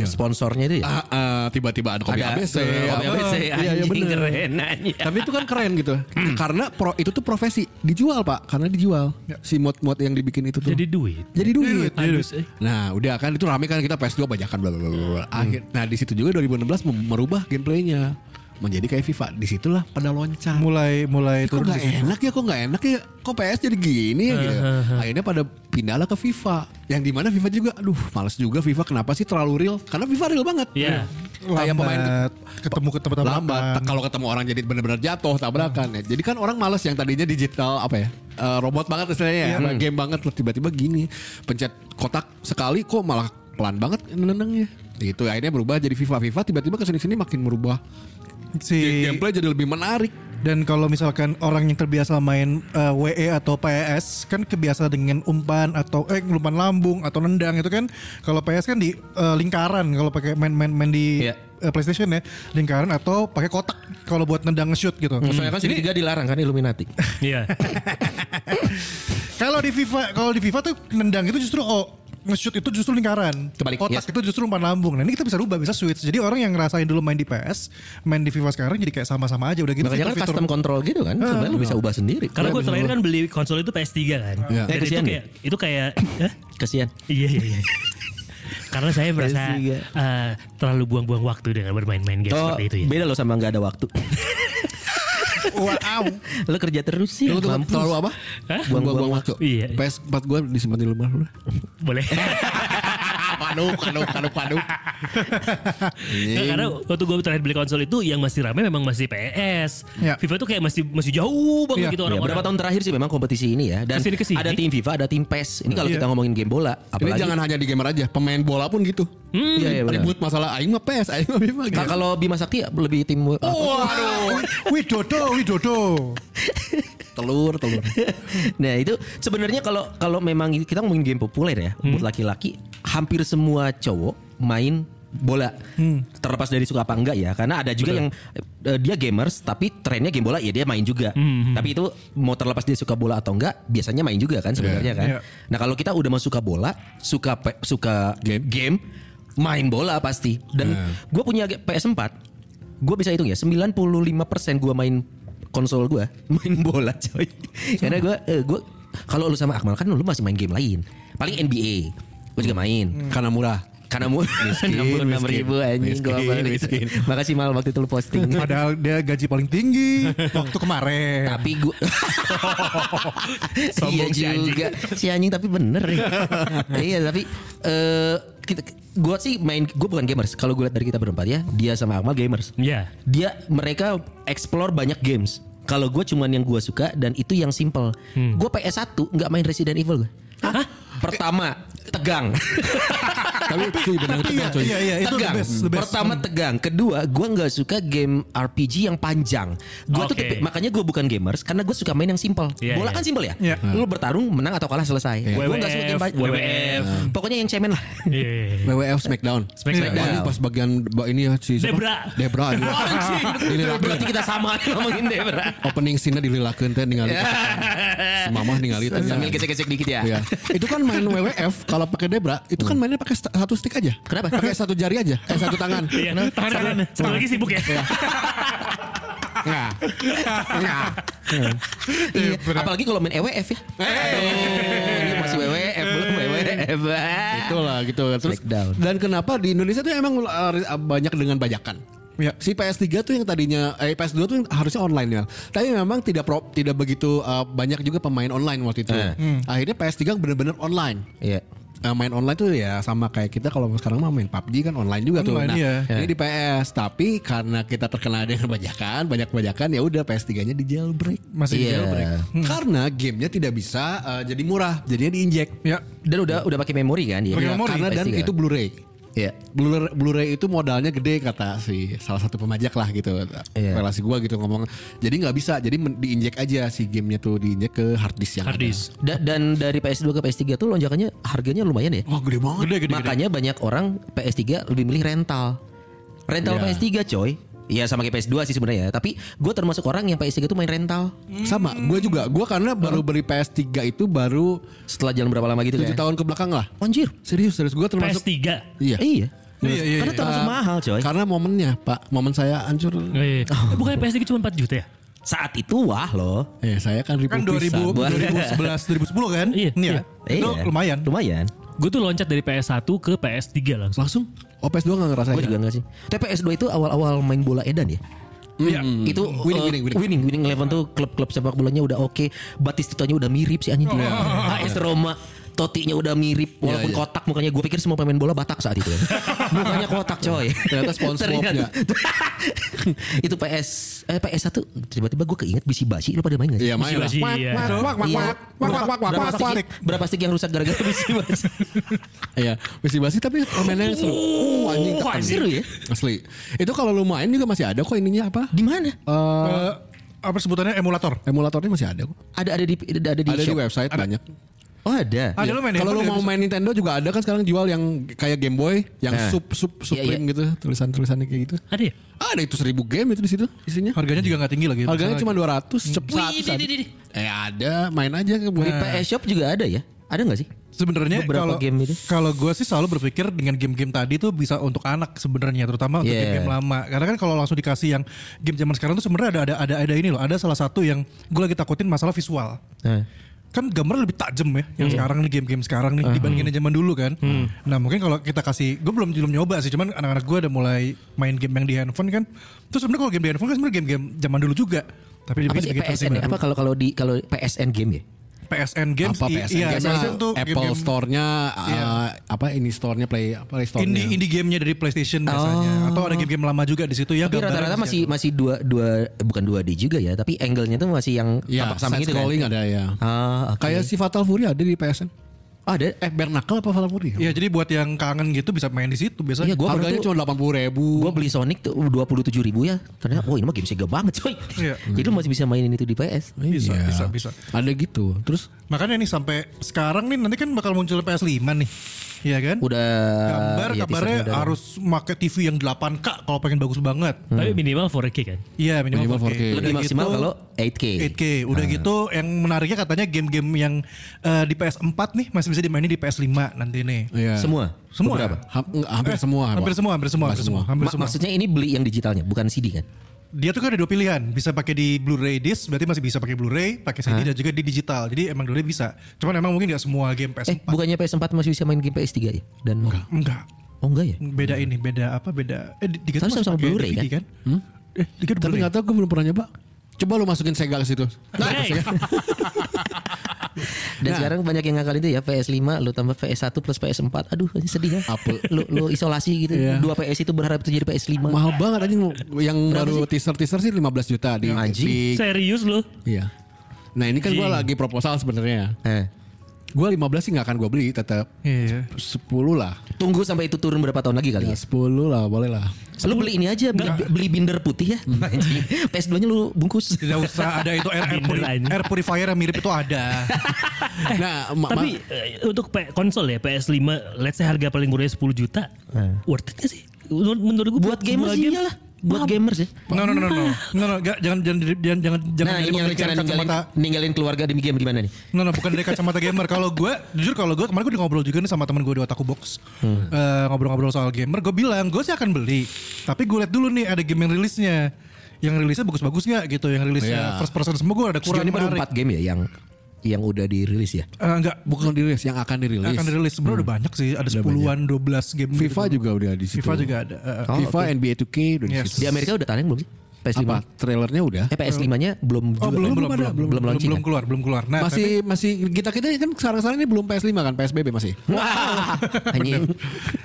sponsornya itu ya.
Ah, ah, tiba-tiba ada kopi
Ada
ABC,
eh,
apa.
ABC,
Iya, iya,
anjing
bener.
keren anjing.
Tapi itu kan keren gitu. Karena pro itu tuh profesi dijual, Pak. Karena dijual. Si mod-mod yang dibikin itu tuh.
Jadi duit.
Ya.
*laughs*
Jadi duit.
Harus, eh. Hmm.
Nah, udah kan itu rame kan kita PS2 bajakan bla bla bla, bla. bla. Akhir nah di situ juga 2016 mem- merubah gameplaynya menjadi kayak FIFA. Disitulah pada loncat.
Mulai mulai
Kok
turun
nggak
di situ.
enak ya, kok nggak enak ya, kok PS jadi gini ya
*laughs*
gitu. Akhirnya pada pindahlah ke FIFA, yang dimana FIFA juga, aduh males juga FIFA kenapa sih terlalu real? Karena FIFA real banget.
Iya.
kayak pemain
Lambat, ketemu ke tempat
lambat Te- kalau ketemu orang jadi benar-benar jatuh tabrakan ya jadi kan orang males yang tadinya digital apa ya eh, robot banget istilahnya ya, game banget terus tiba-tiba gini pencet kotak sekali kok malah pelan banget nendangnya gitu akhirnya berubah jadi FIFA FIFA tiba-tiba kesini sini makin merubah
si
gameplay jadi lebih menarik
Dan kalau misalkan orang yang terbiasa main eh, WE atau PES kan kebiasa dengan umpan atau eh umpan lambung atau nendang itu kan kalau PS kan di eh, lingkaran kalau pakai main-main main di
Iya.
eh, PlayStation ya lingkaran atau pakai kotak kalau buat nendang nge-shoot
Hmm.
gitu.
Soalnya kan segitiga dilarang kan Illuminati.
Iya.
Kalau di FIFA kalau di FIFA tuh nendang itu justru oh nge-shoot itu justru lingkaran.
Terbalik,
Kotak
yes.
itu justru umpan lambung. Nah, ini kita bisa rubah, bisa switch. Jadi orang yang ngerasain dulu main di PS, main di FIFA sekarang jadi kayak sama-sama aja udah gitu.
Makanya kan
fitur-fitur-
custom control gitu kan. Sebenarnya lu bisa ubah sendiri.
Iya,
Karena gue terakhir kan beli konsol itu PS3 kan.
Iya.
Dan
Eh,
itu
kesian
kayak itu kayak *laughs* eh?
kasihan.
iya iya iya. Karena saya merasa
PS3.
eh, terlalu buang-buang waktu dengan bermain-main game
Oh,
seperti itu ya.
beda lo sama nggak ada waktu. *laughs*
Wow.
lo kerja terus sih.
*laughs* lu tuh
mampus.
terlalu apa
Hah?
buang-buang waktu
Iya.
PS4 gue disimpan di rumah lu
Boleh.
Waduh, waduh, waduh, waduh.
Nggak, karena waktu gue terakhir beli konsol itu yang masih ramai memang masih PS.
Iya.
FIFA tuh kayak masih masih jauh banget
Iya.
gitu
Ya,
orang-orang.
berapa tahun terakhir sih memang kompetisi ini ya dan
Kesini, kesini.
ada tim FIFA, ada tim PES. Ini kalau kita ngomongin game bola,
Ini
apalagi
jangan hanya di gamer aja, pemain bola pun gitu.
Iya, iya, benar.
Ribut masalah aing mah PS, aing mah FIFA.
Nah,
gitu.
kalau Bima Sakti ya, lebih tim
Waduh. Widodo, Oh, Widodo.
telur, telur.
*laughs* nah itu sebenarnya kalau kalau memang kita ngomongin game populer ya
Hmm.
buat laki-laki hampir semua cowok main bola
Hmm.
terlepas dari suka apa enggak ya karena ada juga yang eh, dia gamers tapi trennya game bola ya dia main juga
Hmm,
tapi itu mau terlepas dia suka bola atau enggak biasanya main juga kan sebenarnya kan
Iya.
nah kalau kita udah mau suka bola suka pe- suka game,
Game. Iya.
main bola pasti dan gue punya ge- PS4 gue bisa hitung ya 95% gue main konsol gue *laughs* main bola coy karena gue gue kalau lu sama Akmal kan lu masih main game lain paling NBA gue juga main
Hmm. Karena murah.
karena *laughs* mu enam puluh enam ribu anjing gue makasih mal waktu itu lu
*laughs*
posting
Padahal dia gaji paling tinggi waktu kemarin.
tapi gue *laughs* iya
Sombong si anjing.
juga si anjing tapi bener
*laughs*
ya. iya tapi eh kita gue sih main gue bukan gamers kalau gue lihat dari kita berempat ya dia sama Akmal gamers
Iya.
dia mereka explore banyak games kalau gue cuman yang gue suka dan itu yang simple
Hmm.
gue PS 1 nggak main Resident Evil gue pertama
*laughs*
tegang
Tapi cuy, benar
Tapi iya,
cuy.
iya, iya, itu the
tegang.
best, the best. Hmm.
Pertama tegang, kedua gue nggak suka game RPG yang panjang. Gue tuh
Oke.
tipe- makanya gue bukan gamers karena gue suka main yang simple.
Iya,
Bola
iya.
kan simple ya.
Iya.
Lu bertarung menang atau kalah selesai. Gue nggak suka game
WWF,
panjang.
WWF.
Hmm. Pokoknya yang cemen
*laughs*
lah.
Iya.
WWF Smackdown.
Smackdown.
Ini pas bagian ba- ini ya si siapa?
Debra.
Debra. ini.
*laughs*
Dililakeun.
Berarti kita sama *laughs* ngomongin Debra.
Opening scene-nya dililakeun teh ningali. Si
*laughs*
Mamah ningali teh.
Sambil gesek-gesek dikit ya.
Iya. Itu kan main WWF kalau pakai Debra, itu kan mainnya pakai sta- satu stick aja.
Kenapa?
Pakai satu jari aja, eh satu tangan.
Iya. Tangan kanan. Satu lagi sibuk ya.
Nah. Nah.
*laughs* Iya. Apalagi kalau main EWF ya.
Eh.
Aduh, ini masih WWF belum WWF.
Itulah gitu. Terus
Smackdown.
dan kenapa di Indonesia tuh emang uh, banyak dengan bajakan.
Ya.
Si PS3 tuh yang tadinya eh, PS2 tuh yang harusnya online ya. Tapi memang tidak pro, tidak begitu uh, banyak juga pemain online waktu itu.
Eh.
Hmm.
Akhirnya PS3 benar-benar online.
Iya.
Eh, main online tuh ya sama kayak kita kalau sekarang mah main PUBG kan online juga tuh.
Online, iya.
ini di PS, tapi karena kita terkena dengan bajakan, banyak bajakan ya udah PS3-nya di jailbreak.
Masih
Iya.
jailbreak.
Karena gamenya tidak bisa uh, jadi murah, jadinya diinjek.
Ya.
Dan udah udah pakai memori kan dia.
Pakai
Ya,
memori.
karena dan
PS3.
itu Blu-ray.
Iya.
Blu-ray, Blu-ray itu modalnya gede kata si salah satu pemajak lah gitu
Iya.
relasi gua gitu ngomong jadi nggak bisa jadi men- diinjek aja si gamenya tuh diinjek ke hard disk yang ada.
Hardis.
Da- dan dari PS2 ke PS3 tuh lonjakannya harganya lumayan ya.
wah gede banget
Gede gede. gede.
Makanya banyak orang PS3 lebih milih rental. Rental
Iya.
PS3 coy. Iya sama kayak PS2 sih sebenarnya ya. Tapi gue termasuk orang yang PS3 tuh main rental.
sama gua juga gua karena baru beli PS3 itu baru
Setelah jalan berapa lama gitu
tujuh
kan.
tahun ke belakang lah
Anjir.
serius serius gua termasuk
PS3.
iya Ah,
Iya.
Iya, iya,
Karena
iya.
termasuk mahal coy.
karena momennya pak momen saya hancur
Eh, Bukannya PS3 cuma 4 juta ya?
Saat itu wah loh.
eh saya kan ribu
Kan
pisan.
2000, 2011, 2010
Buat-
kan?
Iya, iya.
Itu
Iya.
lumayan.
Lumayan.
Gue tuh loncat dari PS1 ke PS3 langsung.
langsung oh PS2 nggak ngerasain
Gue juga enggak sih. Tapi PS2 itu awal-awal main bola edan ya.
Iya.
Itu
Hmm. Winning,
eh,
winning, winning.
winning, winning eleven tuh klub-klub sepak bolanya udah oke, Batistutanya udah mirip sih anjing. AS Roma totinya udah mirip walaupun
iya.
kotak mukanya gue pikir semua pemain bola batak saat
*laughs*
itu. ya. mukanya kotak coy.
Ternyata ya. SpongeBob-nya.
*laughs* itu PS eh PS1 tiba-tiba gue keinget bisi basi lu pada main gak sih?
Iya, main lah.
Bisi-basi, iya.
Wak, wak,
Iya.
wak, wak, wak, wak, wak,
Berapa
wak, wak.
stick- berapa stick yang rusak gara-gara bisi
*laughs*
basi?
Iya, basi-basi tapi permainannya seru. Uh, anjing,
Oh,
tekan.
seru ya?
Asli. Itu kalau lu main juga masih ada kok ininya apa?
Di mana?
Eh, apa sebutannya emulator?
Emulatornya masih ada kok.
Ada ada di ada, ada di
Ada di
shop.
website banyak.
Oh ada.
Ada lu main
Kalau lu
handphone
mau
ya?
main Nintendo juga ada kan sekarang jual yang kayak Game Boy, yang
Eh.
sup sup
Iya,
supreme
iya.
gitu, tulisan-tulisannya kayak gitu.
Ada ya?
Ada itu seribu game itu di situ isinya.
Harganya juga nggak tinggi lagi.
Harganya
Masalah
cuma 200, cep 100. ada. Eh ada, main aja ke
Di PS Shop juga ada ya? Ada nggak sih?
Sebenarnya
Beberapa
kalau
game itu.
kalau gue sih selalu berpikir dengan game-game tadi tuh bisa untuk anak sebenarnya terutama untuk
Yeah.
game-game lama karena kan kalau langsung dikasih yang game zaman sekarang tuh sebenarnya ada ada ada ada ini loh ada salah satu yang gue lagi takutin masalah visual
Nah.
kan gambar lebih tajam ya
Hmm.
yang sekarang nih game-game sekarang nih dibandingin zaman dulu kan nah mungkin kalau kita kasih gue belum belum nyoba sih cuman anak-anak gue udah mulai main game yang di handphone kan terus sebenarnya kalau game di handphone kan sebenarnya game-game zaman dulu juga tapi dibikin
Apa
gitu
sih
segitasi
PSN? ya?
baru.
Apa kalau kalau di kalau PSN game ya?
PSN games
apa
i-
PSN
iya,
game-nya,
PSN tuh
Apple
game-game-
Store-nya
Iya.
eh, apa ini store-nya Play apa Play Store-nya.
indie indie gamenya dari PlayStation biasanya atau ada game-game lama juga di situ ya
Oh. Tapi
gambarnya
rata-rata
gitu.
masih masih dua dua bukan dua D juga ya, tapi angle-nya tuh masih yang
Ya,
tampak
side
samping itu kan.
scrolling ada ya.
Ah, oke.
Kayak si Fatal Fury ada di PSN.
Oh, ada.
Eh, Bernacle apa Fatal Fury?
ya jadi buat yang kangen gitu bisa main di situ biasanya
Iya, gua pernah
Harganya
tuh-
cuma 80 ribu.
Gue beli Sonic tuh 27 ribu ya. Ternyata, wah ini mah game Sega banget coy.
Iya.
*laughs* Jadi lu masih bisa mainin itu di PS.
bisa bisa bisa
Ada gitu. Terus
makanya nih sampai sekarang nih nanti kan bakal muncul PS5 nih Iya kan
Udah.
gambar
iya,
kabarnya
teasernya udah ada.
harus pakai TV yang 8K kalau pengen bagus banget
Tapi minimal 4K kan?
iya minimal,
Minimal 4K.
4K,
lebih
Udah
maksimal
gitu,
kalau Nah. 8K.
8K udah gitu yang menariknya katanya game-game yang eh, di PS4 nih masih bisa dimainin di PS5 nanti nih
Iya.
Semua.
semua
Ham- nggak, hampir semua.
hampir
Pak.
semua hampir semua hampir semua hampir
Ma-
semua
maksudnya ini beli yang digitalnya, bukan CD kan?
Dia tuh kan ada dua pilihan, bisa pakai di Blu-ray disc, berarti masih bisa pakai Blu-ray, pakai CD dan juga di digital. Jadi emang dulu bisa. Cuman emang mungkin nggak semua game
Eh,
PS4.
bukannya PS4 masih bisa main game PS3 ya? Dan
Enggak.
Oh enggak ya?
Beda ini, beda apa? Beda eh di- tiga tuh
Tapi
masih
sama-sama
pakai
Blu-ray,
DVD,
kan?
Hmm? Eh, tiga
Tapi
Blu-ray.
nggak tahu gue belum pernah nyoba. Coba lu masukin Sega ke situ.
Hey,
Dan
Nah.
sekarang banyak yang ngakal itu ya PS5 lu tambah PS1 plus PS4. Aduh, ini sedih ya.
Apel.
Lu lu isolasi gitu.
Iya.
Dua PS itu berharap itu jadi PS5.
Mahal banget anjing lu. yang baru teaser-teaser sih 15 juta di Netflix.
serius lu?
Iya. Nah, ini kan gue lagi proposal sebenarnya.
Eh.
Gue 15 sih nggak akan gue beli tetap.
Iya.
10 lah.
Tunggu sampai itu turun berapa tahun lagi kali
Ya,
ya?
10 lah boleh lah.
Iya.
Lu beli ini aja, beli, beli binder putih ya.
Hmm.
*laughs* Anjing. PS2-nya lu bungkus.
Tidak usah ada itu air, air,
Binder
puri-
aja.
air purifier yang mirip itu ada.
Nah, ma-
Tapi
ma-
eh, untuk P- konsol ya PS5 let's say harga paling murahnya 10 juta. Worth it gak sih? Menurut, menurut gue
Buat gamers
game-
iyalah. Buat gamers ya.
No no no no no. No no, nggak, jangan jangan jangan jangan jangan
Nah,
jadi
ini yang
pemikiran
rencana ninggalin,
kacamata
ninggalin keluarga demi game gimana nih?
No, no, bukan dari kacamata gamer. Kalau gue, jujur kalau gue kemarin gue udah ngobrol juga nih sama temen gue di Otaku Box. Eh, Ngobrol-ngobrol soal gamer, gue bilang gue sih akan beli. Tapi gue lihat dulu nih ada game yang rilisnya. Yang rilisnya bagus-bagus gak gitu. Yang
Iya.
rilisnya first person semua gue ada
Sejauh
kurang
ini baru
menarik.
4 game ya yang yang udah dirilis ya.
Eh, enggak,
bukan dirilis yang akan dirilis.
akan dirilis. Sebenernya udah banyak sih. Ada 10-an, 12 game.
FIFA
gitu.
juga Oh, udah di situ.
FIFA juga ada. eh, eh.
FIFA NBA 2K udah di
Yes.
situ.
Di Amerika udah tayang belum sih? PS5.
Apa trailernya udah?
Eh PS5-nya belum
Oh,
juga
belum,
kan?
belum, belum, belum, belum,
launching kan?
keluar, belum keluar. Nah,
masih masih kita kita kan sekarang sekarang ini belum PS5 kan PSBB masih
Anjing.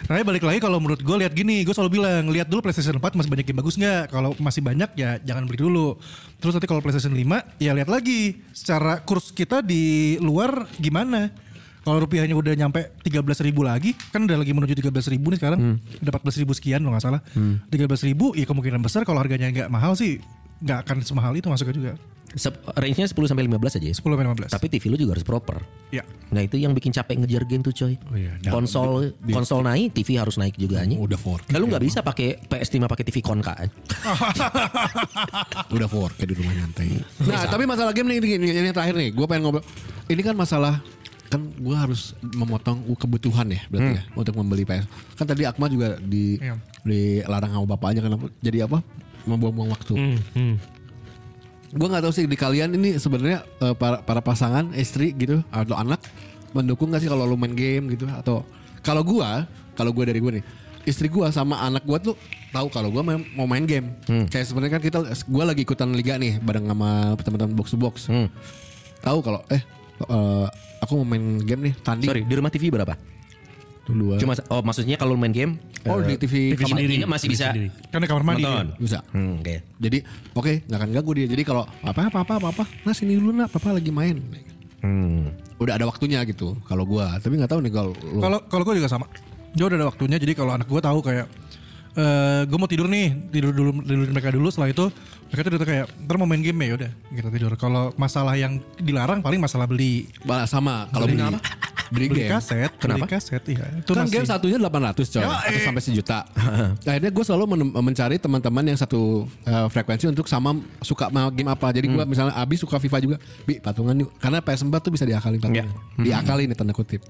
Nah, ya balik lagi kalau menurut gue lihat gini, gue selalu bilang lihat dulu PlayStation 4 masih banyak yang bagus nggak? Kalau masih banyak ya jangan beli dulu. Terus nanti kalau PlayStation 5 ya lihat lagi secara kurs kita di luar gimana. Kalau rupiahnya udah nyampe 13.000 lagi, kan udah lagi menuju 13.000 nih sekarang.
Hmm.
Udah 14.000 sekian kalau nggak salah. 13.000 ya kemungkinan besar kalau harganya nggak mahal sih nggak akan semahal itu masuknya juga.
Sep- range-nya 10 sampai 15 aja ya.
10 sampai 15.
Tapi TV lu juga harus proper.
ya.
Nah itu yang bikin capek ngejar game tuh coy. konsol konsol naik, TV harus naik juga anjing.
Udah 4K
Lalu nggak bisa pakai PS5 pakai TV konka. kan?
*laughs* udah 4 kayak di rumah nyantai nah tapi masalah game nih ini, ini- ini yang terakhir nih gue pengen ngobrol ini kan masalah kan gue harus memotong kebutuhan ya berarti ya untuk membeli PS kan tadi Akmal juga di
Iya.
dilarang sama bapaknya kenapa jadi apa membuang-buang waktu gue nggak tahu sih di kalian ini sebenarnya eh, para para pasangan istri gitu atau anak mendukung nggak sih kalau lu main game gitu atau kalau gue kalau gue dari gue nih istri gue sama anak gue tuh tahu kalau gue main- mau main game
Hmm.
kayak sebenarnya kan
Hmm.
kita gue lagi ikutan liga nih bareng sama teman-teman box to box tahu kalau eh eh, aku mau main game nih tanding
Sorry, di rumah TV berapa?
dua
Cuma eh, oh maksudnya kalau main game
oh di TV,
TV
kamar.
sendiri.
ini masih bisa
Sendiri.
Karena Kan kamar mandi.
nonton.
bisa
Hmm, oke.
jadi oke nggak akan ganggu dia jadi kalau apa apa apa apa nah sini dulu nak papa lagi main
Hmm.
udah ada waktunya gitu kalau gua tapi nggak tahu nih kalau lu
Kalau kalau gue juga sama. Gue udah ada waktunya jadi kalau anak gue tahu kayak eh gue mau tidur nih tidur dulu tidur mereka dulu setelah itu mereka tuh udah kayak ntar mau main game ya udah kita tidur kalau masalah yang dilarang paling masalah beli
Balas sama kalau beli beli,
beli
game
kaset
Kenapa?
beli kaset iya itu
kan
masih
game satunya 800 coy atau sampai
*laughs*
sejuta akhirnya gue selalu menem- mencari teman-teman yang satu eh, frekuensi untuk sama suka mau game apa jadi
Hmm.
gue misalnya Abi suka FIFA juga bi patungan yuk karena PS4 tuh bisa diakalin patungan
Iya.
Hmm.
Hmm.
diakalin nih tanda kutip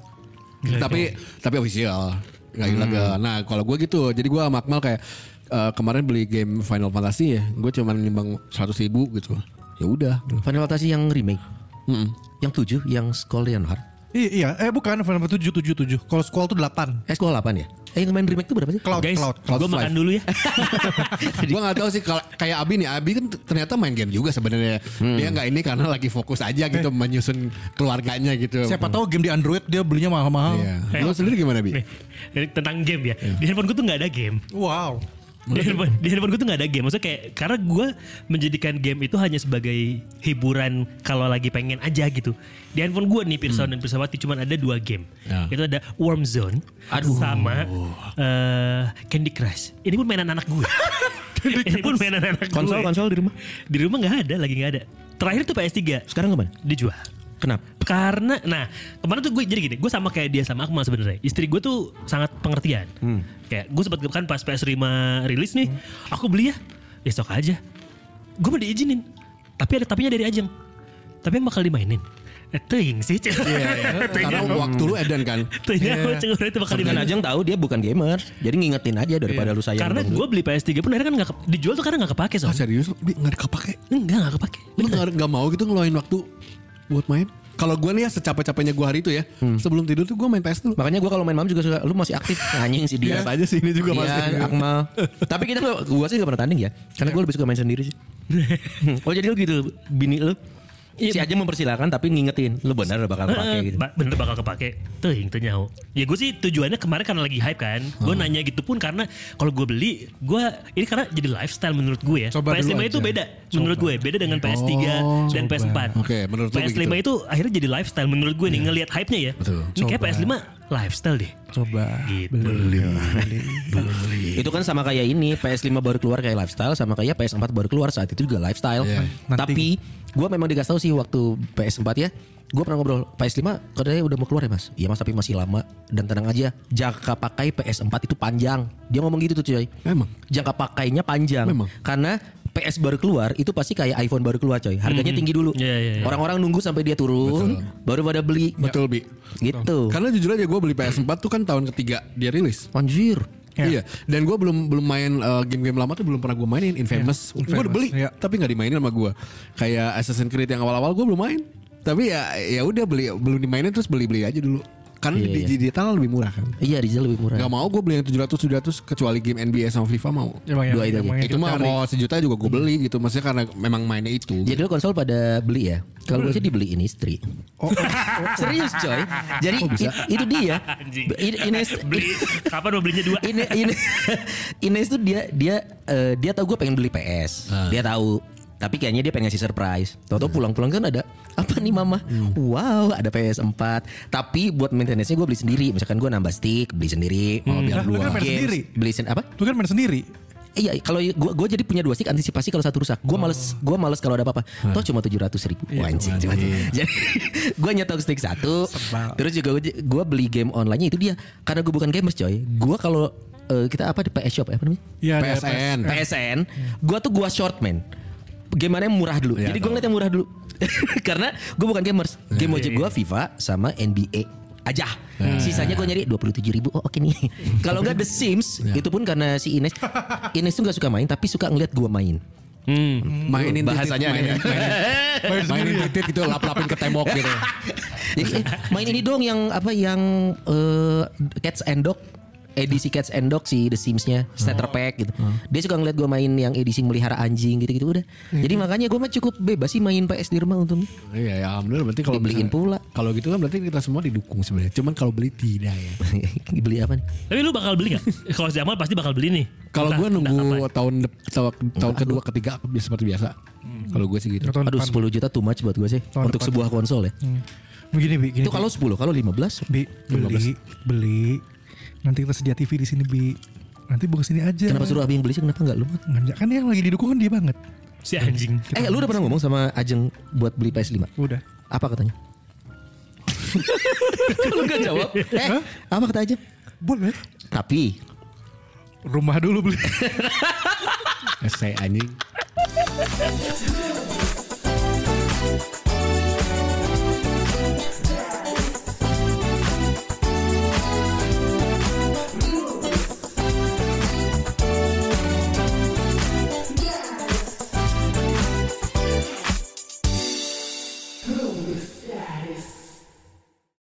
tapi tapi official nggak gila
Hmm.
nah kalau gue gitu jadi gue makmal kayak eh, kemarin beli game Final Fantasy ya gue cuman nimbang 100 ribu gitu ya udah
Final Fantasy yang remake.
Mm-mm.
Yang tujuh yang Skull Leonhard.
I- iya eh bukan Final Fantasy tujuh tujuh tujuh kalau sekolah tuh delapan
Eh Skull 8 ya? Eh yang main remake itu berapa sih?
cloud
Guys,
cloud
gue makan
Life.
dulu ya.
gue nggak tahu sih kalau kayak Abi nih Abi kan ternyata main game juga sebenarnya dia nggak ini karena lagi fokus aja gitu menyusun keluarganya gitu
siapa tahu game di Android dia belinya mahal-mahal
Iya. lu sendiri gimana Bi?
Nih, ini tentang game ya. Di handphone gue tuh nggak ada game.
wow
Di handphone, di handphone gue tuh nggak ada game. Maksudnya kayak karena gue menjadikan game itu hanya sebagai hiburan kalau lagi pengen aja gitu. Di handphone gue nih Pirsawan
Hmm.
dan Pirsawati cuma ada dua game.
Ya.
Itu ada Warm Zone sama eh, Candy Crush. Ini pun mainan anak
*laughs*
gue. Ini pun mainan anak gue.
Konsol konsol di rumah.
Di rumah nggak ada, lagi nggak ada. Terakhir tuh PS3
Sekarang kemana?
dijual.
Kenapa?
Karena, nah kemarin tuh gue jadi gini, gue sama kayak dia sama Akmal sebenarnya. Istri gue tuh sangat pengertian. Kayak gue sempat kan pas PS5 rilis nih, aku beli ya, besok aja. Gue mau diizinin, tapi ada tapinya dari Ajeng. Tapi yang bakal dimainin. Eh, Ting sih, cewek. *laughs*
karena waktu lu Eden kan
itu bakal
Dan
dimainin.
Ajeng tahu dia Iya. bukan gamer, jadi ngingetin aja daripada lu sayang.
Karena
dong.
gue beli PS3 pun akhirnya kan gak, ke- dijual tuh karena gak kepake
ah,
soalnya.
serius lu Bi nggak kepake
Enggak, gak kepake.
lu nggak nggak mau gitu ngeluarin waktu buat main kalau gue nih ya secapek-capeknya gue hari itu ya sebelum tidur tuh gue main PS dulu
Makanya gue kalau main malam juga suka, lu masih aktif anjing sih dia.
Biasa aja sih, ini juga Iya, pasti.
Iya, Akmal. Tapi kita nggak- gua sih gak pernah tanding ya, karena gue lebih suka main sendiri
*laughs*
sih. oh jadi lu gitu, bini lu si aja mempersilahkan tapi ngingetin lu benar bakal
Eh,
pakai gitu.
ba- bener bakal kepake tuh yang nyau ya gue sih tujuannya kemarin karena lagi hype kan
Hmm.
gue nanya gitu pun karena kalau gue beli gue ini karena jadi lifestyle menurut gue ya
Coba
PS5
dulu
itu
aja.
beda menurut gue beda dengan PS3 dan PS4
Oh, Oke, menurut lu
PS5
begitu. Iya.
itu akhirnya jadi lifestyle menurut gue nih ngelihat hype-nya ya
Betul.
ini kayak PS5 lifestyle deh
coba
gitu
Iya.
Itu kan sama kayak ini, PS5 baru keluar kayak lifestyle sama kayak PS4 baru keluar saat itu juga lifestyle.
Iya.
Nanti.
Tapi gua memang digas tahu sih waktu PS4 ya. Gue pernah ngobrol PS5 katanya udah mau keluar ya mas Iya mas tapi masih lama Dan tenang aja Jangka pakai PS4 itu panjang Dia ngomong gitu tuh coy
Emang?
Jangka pakainya panjang
Memang.
Karena PS baru keluar Itu pasti kayak iPhone baru keluar coy Harganya tinggi dulu
Iya, iya, iya.
Orang-orang nunggu sampai dia turun Baru pada beli
betul Bi
Gitu
karena jujur aja gue beli PS4 tuh kan tahun ketiga dia rilis
Anjir
Iya, dan gue belum belum main uh, game-game lama tuh belum pernah gue mainin Infamous. Gue udah beli,
Iya.
tapi nggak dimainin sama gue. Kayak Assassin's Creed yang awal-awal gue belum main, tapi ya ya udah beli belum dimainin terus beli beli aja dulu. Karena di di digital lebih murah kan.
Iya Rizal lebih murah
Gak mau gue beli yang 700 700 kecuali game NBA sama FIFA mau.
Emang yang-
Dua itu aja.
emang yang
itu mah
cari.
mau sejuta juga gue beli gitu, maksudnya karena memang mainnya itu.
Jadi lo konsol pada beli ya?
Hmm.
Kalau gue sih dibeliin istri.
Oh,
*laughs* Serius coy. Jadi i- itu dia.
anjing
Be- ini- Ines
beli kapan mau belinya dua
ini ini *laughs* Ines tuh dia dia eh, dia tahu gue pengen beli PS.
Ah.
Dia tahu. Tapi kayaknya dia pengen ngasih surprise. Toto
Hmm.
pulang-pulang kan ada apa nih mama? Wow, ada PS4. Tapi buat maintenance-nya gue beli sendiri. Misalkan gue nambah stick, beli sendiri. Oh,
Lah, lu kan main sendiri.
Beli sen apa?
lu kan main sendiri
Iya, kalau gua gua jadi punya dua stick antisipasi kalau satu rusak. Gua males gua males kalau ada apa-apa. Toh cuma 700 ribu. Wah, anjing. cuma- Jadi *laughs* gua nyetok stick satu. Terus juga gua, gua beli game online-nya itu dia. Karena gua bukan gamers, coy. Gua kalau eh, kita apa di PS Shop ya, apa namanya?
Iya, ada
PSN.
PSN. Gua tuh gua short man. Game mana yang murah dulu. Jadi gua ngeliat yang murah dulu. *laughs* Karena gua bukan gamers. Game wajib gua FIFA sama NBA aja. Sisanya gua nyari 27 ribu. Oh oke nih. Kalau nggak The Sims. Itu pun karena si Ines. Ines tuh nggak suka main tapi suka ngeliat gua main.
Mainin
Bahasanya
titit,
aneh.
mainin, mainin, mainin titit gitu lap-lapin ke tembok gitu.
Jadi eh, main ini dong yang apa yang eh, Cats and Dog. edisi Cats and Dogs si The Sims-nya, starter pack gitu. Dia suka ngeliat gue main yang edisi melihara anjing gitu-gitu udah. Jadi makanya gue mah cukup bebas sih main PS di rumah untungnya.
Iya ya alhamdulillah berarti kalau
Dibeliin
misalnya-
pula.
Kalau gitu kan berarti kita semua didukung sebenarnya. Cuman kalau beli tidak ya.
*laughs* Beli apa nih?
Tapi lu bakal beli gak? Kalau si Jamal pasti bakal beli nih.
Kalau
Entah-
gue nunggu
entah kapan.
tahun dep- tahun, tahun kedua ketiga aku biasa seperti biasa. Kalau gue sih gitu.
Tahun
Aduh
depan.
10 juta too much buat gue sih
Tahun
untuk
depan.
sebuah konsol ya.
Begini Bi, gini.
Itu kalau 10, kalau 15
Bi, beli, beli. Nanti kita sedia TV di sini Bi. Nanti bawa ke sini aja.
Kenapa suruh Abi yang beli sih? Kenapa enggak lu? Mat?
Ngajak kan yang lagi didukung kan dia banget.
Si anjing.
Eh, lu udah pernah ngomong sama Ajeng buat beli PS5?
Udah.
Apa katanya? lu gak jawab? Eh, apa kata Ajeng?
Boleh.
Tapi
Rumah dulu beli.
Saya anjing.